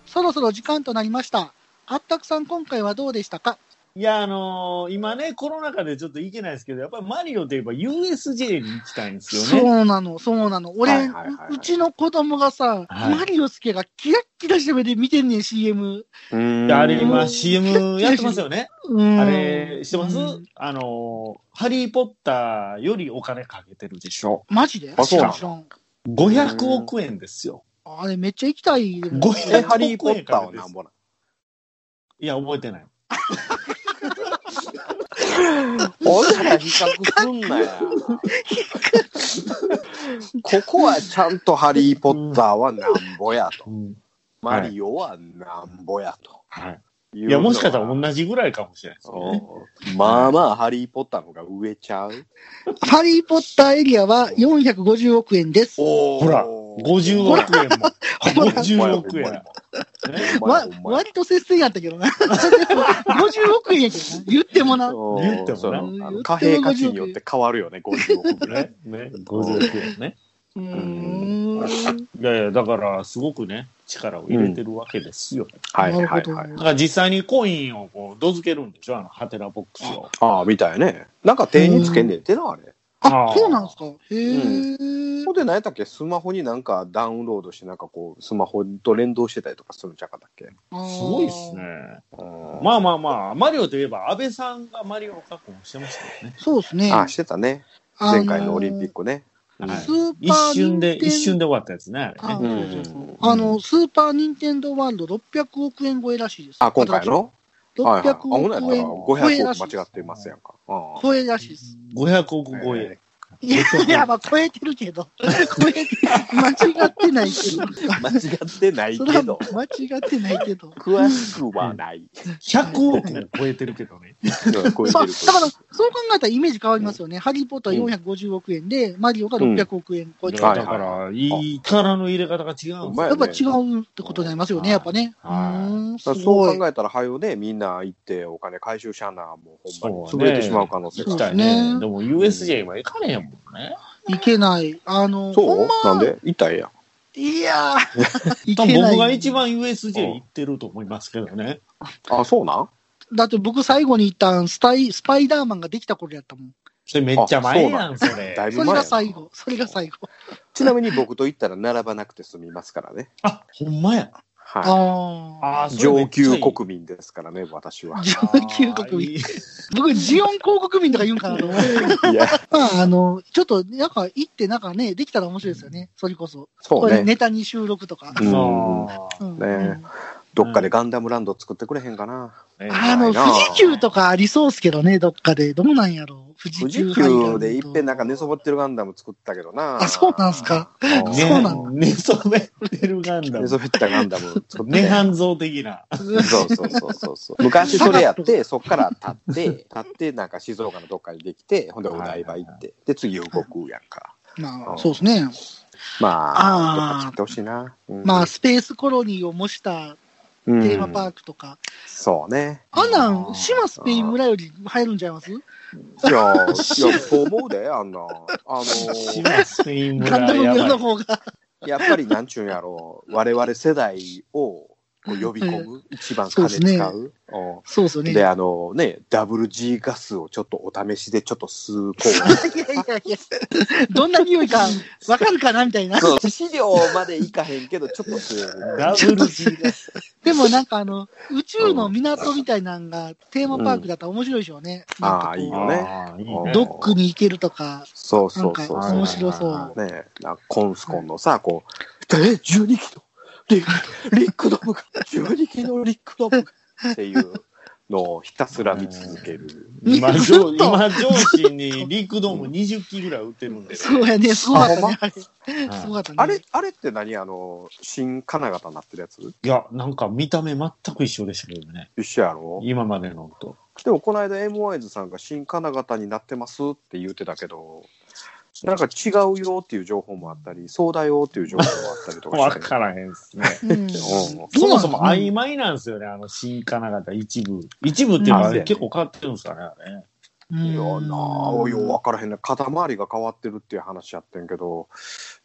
B: そろそろ時間となりました。あったくさん、今回はどうでしたか
A: いやあのー今ねコロナ禍でちょっと行けないですけどやっぱりマリオといえば USJ に行きたいんですよね
B: そうなの、そうなの。俺、
C: はいはいはいう
B: うちの子供がさ、
A: はい
B: マリオスケがキラッキラした目で見てんねん、CM。
C: うーん
A: いやあれ
B: は
A: 今 CM やってますよね
B: うん、
A: あれしてます、
B: うん
A: あのーハリー・ポッター」よりお金かけてるでしょ
B: マジで
C: あそうなの
B: 知らん。
A: 500億円ですよ
B: あれ、めっちゃ行きたい。でも
A: 500
C: えハリー・ポッターはなんぼなん
A: いや覚えてない
C: おいら比較すんなよここはちゃんと「ハリー・ポッター」はなんぼやと、
A: うん
C: マリオはなんぼやと、
A: はいいや、もしかしたら同じぐらいかもしれないですね。
C: うんまあまあ、ハリー・ポッターの方が上ちゃう
B: ハリー・ポッターエリアは450億円です。
C: お
A: ほら50億円 も。
B: ほら
A: 50億円。ね
B: わ割と接戦やったけどな。50億円やけどな。言ってもな。
A: 言ってもな
C: 貨幣価値によって変わ るよね、50億ぐらい。
A: ねね50億円ね。
B: うーん。
A: いやいや、だから、すごくね、力を入れてるわけですよ。
C: はいはい
B: な
C: は
B: るほど。
A: だ
C: い。
A: から実際にコインをこう、どづけるんでしょあの、ハテナボックスを。
C: ああ、みたいね。なんか手につけんねんてな、あれ。
A: あ
B: あ
A: ー、
B: そうなんですか。へ
C: そ
B: え。
C: こで何やったっけスマホになんかダウンロードして、なんかこう、スマホと連動してたりとかするんちゃうかったっけ
A: すごいですね。。
C: ま
A: まあまあまあ、マリオといえば、安倍さんがマリオを確保してましたよね。
B: そうですね。
C: ああ、してたね。
B: あ
C: 前回のオリンピッ
B: ク。
C: クね。
A: はい
B: スー
A: 一
B: パー
A: 瞬で、
B: ニンテン
A: 一瞬で終わったやつね、あれ
B: あ
A: ね。
B: ー
C: う
B: そ
C: ん
B: うそうそうあの、スーパー・ニンテンドー・ワールド600億円超えらしいです。
C: あ、今回のはいはい。あ、
B: 600
C: ほんな
B: 億円
C: ら
B: 超え
C: 500
B: らしい
C: 億
B: で
C: 間違っ
B: す。
C: てますやんか。ああ
B: 超えらしいです。
A: 500億超え。
B: いや、いやまあ、超えてるけど。超えて、 間違ってないけど。
C: 間違ってない
B: それ
C: け
B: は
C: ど、
B: 間違ってないけど。
C: 詳しくはない。
A: 100億を超えてるけどね。
C: 超え
B: そ
C: て
B: う、
C: る
B: だから、そう考えたらイメージ変わりますよね。ハリー・ポッター450億円で、マリオが600億円超えてる。
C: はい
A: だから、いい力の入れ方が違うんですよ。
B: やっぱ違うってことになりますよね、やっぱね。う
A: はい
B: ーん、す
C: そう
B: ごい。
C: 考えたら、はよね、みんな行ってお金回収しゃあな、もうほんまに
A: そう
C: 潰
A: ね
C: れてしまう可能性
A: 行き
C: が。
A: たいね。でも USJ 今行かれへんもんね。
B: いけない。あの、
C: そ
B: ほ
C: うん
B: ま、
C: なんで行ったらええやん。
B: いや ー、い
A: 多
B: け
A: 分
B: ない。
A: 僕が一。番 USJ 行ってると思いますけどね。
C: あ、そうなん
B: だって僕最後に行ったんスタイ、スパイダーマンができた頃やったもん。
A: それめっちゃ前やん、
C: あ
A: そ
C: そう
A: れ。
C: だいぶ
B: そ
C: 前
B: れ
C: や
B: が
C: な
B: 最後。それが最後。
C: ちなみに僕と行ったら並ばなくて済みますからね。
A: あ、ほんまや。
C: は
B: ああ。
A: あ
C: い。上級国民ですからね、私 は。
B: 上級国民。僕、ジオン広告民とか言うんかなと思って。
C: いや、
B: まあ、あの、ちょっと、なんか、行って、なんかね、できたら面白いですよね。それこそ。
C: そ
B: こ
C: う
B: れ、
C: ね。
B: ネタに収録とか。
C: うん
B: うん
C: ねどっかでガンダムランド作ってくれへんかな。
B: うん
A: あ
B: あの、
C: ないな
B: 富士急とかありそうっすけどね、どっかで。どうなんやろう。富士
C: 富
B: 急
C: 士
B: ハイラン
C: 急
B: ド
C: でいっぺんなんか寝そぼってるガンダム作ったけどな。
B: あ、そうなんすか。
C: うん
B: そうなんだ
A: 寝そべってるガンダ
C: 寝
A: ム
C: そ。べったガンダム作って
A: 涅。槃像的な。
C: そうそうそうそ うそう。昔それやって、そっから立って、立って、なんか静岡のどっかにできて、ほんでお台場行って、で、次動くやんか。
B: まあ、そうですね。
C: ま
B: あー
C: あ、どっか作ってほしいな。うん
B: まあ、、スペースコロニーを模した
C: テ
B: テーマパー
C: ク。
B: クとか。
C: そうね。
B: あんなん、島スペイン村より入るんちゃいます
C: いや、いや、そう思うで、あんな。あの、
A: 島スペイン
B: ガン
A: 村
B: ダム
A: や
B: 村の
A: ばい。
B: 方が。
C: やっぱりなんちゅうんやろう、我々世代をこう呼び込む、一番金使。
B: そう
C: うん
B: そうですよね。い
C: で、
B: や
C: あのね、WG ガスをちょっとお試しでちょっと吸 う、こ
B: いやいや、どんな匂いかわかるかなみたいな
C: う。。そう、 資料までいかへんけど、ちょっと吸う。
A: ダブル G が
B: でもなんかあの、宇宙の港みたいなのがテーマパークだったら面白いでしょうね。
C: うん
B: なんかこう
C: ああいいよね
A: あーいいね
B: ドックに行けるとか、
C: そう
B: な
C: そ
B: ん
C: う
B: か
C: そう
B: 面白そう。
C: ねえ、なんかコンスコンのさ、こう、え、12機のリック、リックドムが、12機のリックドムがっていうのをひたすら見続け る。
A: 今
B: ずっ
A: 上、
B: と
A: 今上司にリクドーム20機ぐらい売ってるんで。
B: そうやね、すごかったね、あれ。す
A: はい
B: ごかったね。
C: あれ、あれって何あの、新金型になってるやつ
A: いや、なんか見た目全く一緒でしたけどね。
C: 一緒やろ
A: 今までのと。
C: でもこの間 m ワイズさんが新金型になってますって言ってたけど、なんか違うよっていう情報もあったり、そうだよっていう情報もあったりとか
A: わ
C: して、
A: からへんですね。
B: うん
C: うん
A: そもそ
B: ど
A: も
B: うなんですかね
A: 曖昧なんですよね、あの新金型一部。一部っていうの
C: う
A: は
C: ん
A: 結構変わってるんですかね、あれ。
B: うん
C: いやなあ、よう分からへんね。肩周りが変わってるっていう話やってんけど、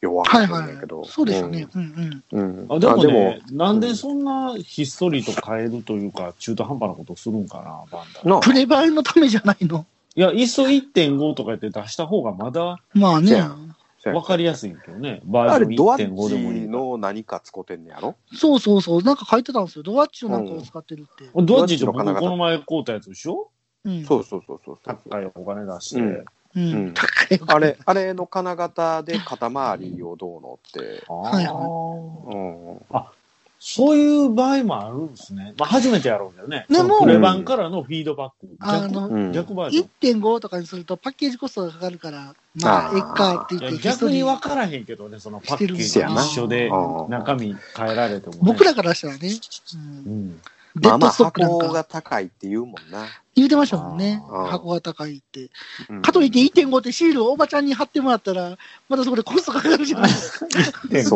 C: よう分か
B: はい
C: らへんね
B: は
C: んけど。
B: い。そうですよね。うんうん。
C: うん。うん
A: あでも
C: あ
A: ねなんでそんなひっそりと変えるというか、中途半端なことするんかな、バンダ
C: で。もな
B: プレバイのためじゃないの。
A: いや、いっそ1.5とか言って出した方がまだ
B: まあ
C: せ
B: ね
C: や。あ
A: 分かりやすいけどね、バ
C: あ
A: ー
C: れ、
A: ジ
C: ド
A: ョン
C: アッ
A: 1.5でもいい
C: チ
A: の。
C: の何か使ってんねやろ
B: そうそうそう。なんか書いてたんですよ。ドアッチのなんかを使ってるって。
A: ドアッチの
C: ドア
A: 僕
C: ッチの金型
A: この前買うたやつでしょ
B: うん。
C: そうそうそうそうそう。
A: 高いお金出して。
C: うん
B: う。
C: うんん
B: 高いお金
C: あれ、あれの金型で肩周りをどうのって。
A: あー
B: はいは
C: うん。
A: そういう場合もあるんですね。まあ、初めてやろうけどね。
B: で
A: その
B: も
A: プレバンからのフィードバック。
B: あ
A: 逆
B: の、
C: うん
A: 逆バージョン。
B: 1.5とかにするとパッケージコストがかかるから、ま
C: あ
B: あ、
C: ー
B: えっかって
A: い
B: 言っ
A: や
B: て、
A: 逆に分からへんけどね、そのパッケージ
C: してるん
A: 一
C: です
B: よ
A: 緒で
C: あー
A: 中身変えられても、ね。
B: 僕らからしたらね、
A: う
B: う、
A: んん。
B: デ
C: ま
B: ッ
C: あま
B: ド
C: あ
B: ストックなん
C: 箱
B: か
C: が高いって言うもんな。
B: 言うてましたもんね。
C: あー
B: 箱が高いって。
C: うん
B: かといって1.5ってシールをおばちゃんに貼ってもらったら、またそこでコストかかるじゃないですか。
A: 1.5ってシ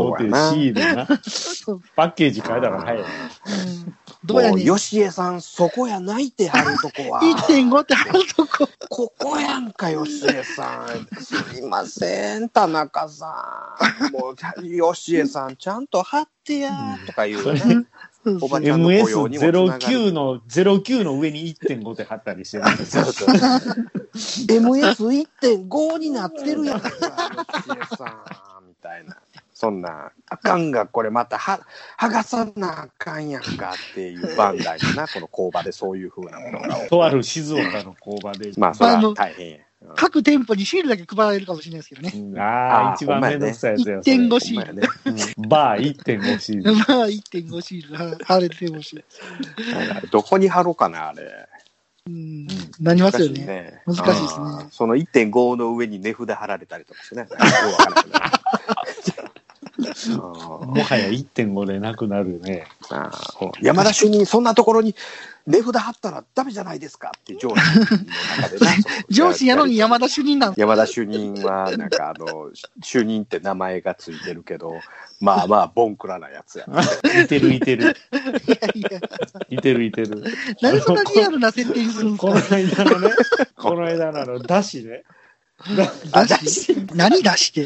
A: ールな。
B: そう
A: パッケージ変えたら早い。
B: うんど
C: も
B: うや
C: う
B: ねん。
C: 吉江さん、そこやないってあると こは。
B: 1.5って貼るとこ。
C: ここやんか、吉江さん。すいません、田中さん。もう、吉江さん、ちゃんと貼ってや、とか言う
A: それ
C: ね。
B: そう
C: お
B: そ
C: ば
B: う
C: ちゃんの雇用にもつながる
A: MS09 の、09の上に1.5で貼ったりしてるんですよ。
C: MS1.5 になってるやんか、吉江さん。みたいな。そんな、あかんが、これまたは、剥がさなあかんやんかっていうバンダイかな、この工場でそういうふうなものが。
A: とある静岡の工場で。
C: まあ、それは大変や。うん
B: 各店舗にシールだけ配られるかもしれないですけどね。
A: うんああ、
C: あー
A: 一番めんどくさいやつや。それ
B: 1.5シ
C: ほん
B: ー
C: まや
B: ル。
C: ね
A: バー1.5シー
B: ま
A: ル。
B: あ、1.5シールは貼れてほしい。
C: どこに貼ろうかな、あれ。
B: うん。なりますよね。難しいですね
C: あーその1.5の上に値札貼られたりとかして ね。よくわからんけどあー
A: もはや1.5でなくなるね。
C: あー山田主任、そんなところに値札貼ったらダメじゃないですかっていう上司の中でね
B: 上司やのに山田主任なん
C: 山田主任は、なんかあの、主任って名前がついてるけど、まあまあ、ボンクラなやつや。
A: いてるいて る。
B: いやいや。
A: いてるいてる。
B: なんでそんなリアルな設定にするんです
A: この
B: か
A: 間のね、この間のあの、だしね。
C: あ出し
B: 何出して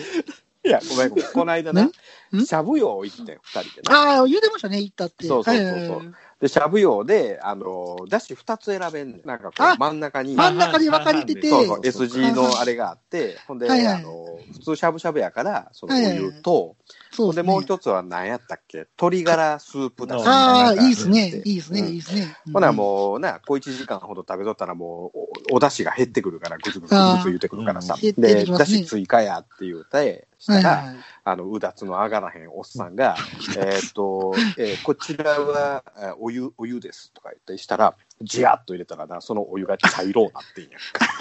C: いや、ごめんごめん。この間な、
B: んん
C: しゃぶ用行ってん、二人でね。
B: ああ、言うてましたね、行ったって。
C: そうそうそうそう
B: はいはいはい
C: で、しゃぶ用で、あの、だし2つ選べんねんなんかこ
B: あ
C: う、真ん中に、
B: 真ん中に分かれてて、
C: そうそう、
A: で
C: S 字のあれがあって、ほんで、
B: はいはい
C: あの、普通しゃぶしゃぶやから、そのお
B: はいはい
C: 湯と、
B: そ
C: ほ
B: うんす
C: で
B: ね
C: もう一つは何やったっけ鶏ガラスープだし
B: ああ、いいで
C: です
B: ね、いいですね、
C: うん
B: いいですね。
C: ほなもうな、小一時間ほど食べとったらもうお、お出汁が減ってくるから、ぐつぐつぐつ言うてくるからさ
B: あ。ー減って
C: で、
B: きま
C: 出
B: すね
C: 汁追加やって言うて、し
B: うん、
C: た
B: はいは
C: ら、
B: いはい
C: あの、うだつの上がらへんおっさんが、 えーっと、えーこちらは、えーお湯、お湯ですとか言ってしたら、じやっと入れたらな、そのお湯が茶色になってんやんか。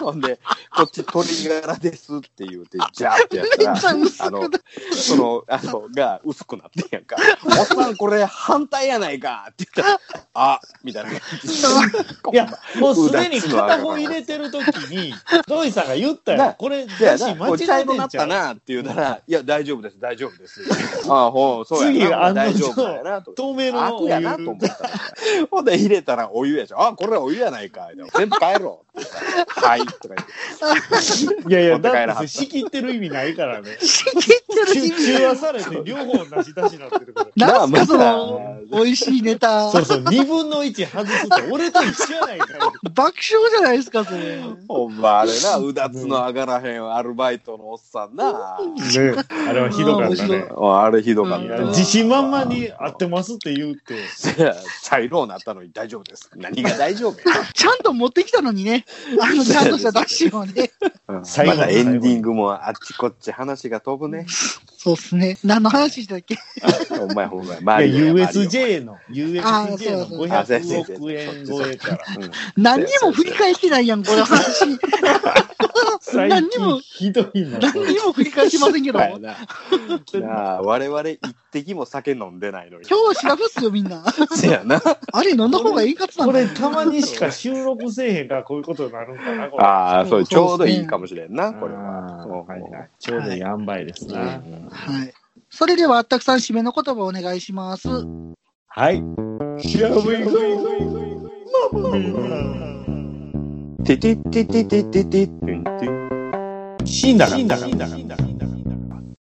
C: ほんで、こっち鶏ガラですって言うて、じゃーってやった ら
B: めっちゃ薄、くな
C: あの、その、あの、が薄くなってんやんか。おっさんこれ反対やないかって言ったら、あ、みたいな感 じで。
A: いや、もうすでに片方入れてる時に、ドイさんが言ったよ
C: な。
A: これ、
C: いや
A: だし
C: な、
A: 間
C: こう茶
A: 違え
C: 色
A: て
C: なっ
A: んち
C: た
A: ゃう
C: なって言うなら、いや、大丈夫です、大丈夫です。 ああ、ほう、そう
A: 次
C: や
A: が
C: な、
A: 案の
C: 大
A: 定
C: 丈夫やなと。
A: 透明の
C: 悪
A: お湯
C: やなと思ったら。ほんで入れたらお湯やし、あ、これはお湯やないかい。全部帰ろうって言ったら。はい、とか言って。
A: いやいや、
C: 持って帰らはった
A: だって仕切ってる意味ないからね。
B: 仕切ってる意味
A: 中和されて両方同じ出しになってるから。
B: なんす
C: ま
B: か、
C: あ
B: その、美味しいネタ。
A: そう
B: 爆
A: そう、2分の1外すと俺と一緒やないかよ。
B: 笑じゃないですか、それ。
C: ほんまあれな、うだつの上がらへんアルバイトのおっさんな。
A: ね、あれはひどかったね。
C: あれひどかっ
A: い
C: た
A: や
C: な。
A: 自信満々に合ってますって言うて。
C: 茶色になったのに大丈夫です。何が大丈夫や。
B: ちゃんと持ってきたのにね、あの、ちゃんとしたダッシュをね。
C: ま
A: 最後の
C: だエンディングもあっちこっち話が飛ぶね。
B: そうっすね。何の話したっけ
C: ほんまやほんまや。
A: いや
C: マリオやマリオ
A: USJ の、
B: あー
A: USJ
B: そう
A: の
B: そう
A: 500億円超えから。
C: うん
B: 何にも振り返ってないやん、この話。
A: 最近ひどいな。
B: 何にも振り返ってませんけど。
C: そうや
B: 今
C: な。なあ、我々一滴も酒飲んでないのに。
B: 日は調べっすよ、みんな。
C: せやな。
B: あれ、飲んだ方が円滑な
A: こ
B: んだ
A: れたまにしか収録せえへんからこういうことになるんかな、これ。
C: ああ、そ、
B: そうう
C: ちょうどいいかもしれんな、これ
A: あ
C: は。
A: ー
C: うん
A: はいはい。ちょうどいい塩梅ですね。
B: はい。それでは、あったくさん締めの言葉をお願いします。
A: はい。
C: ててててててててんてん
A: 死んだから。死んだから。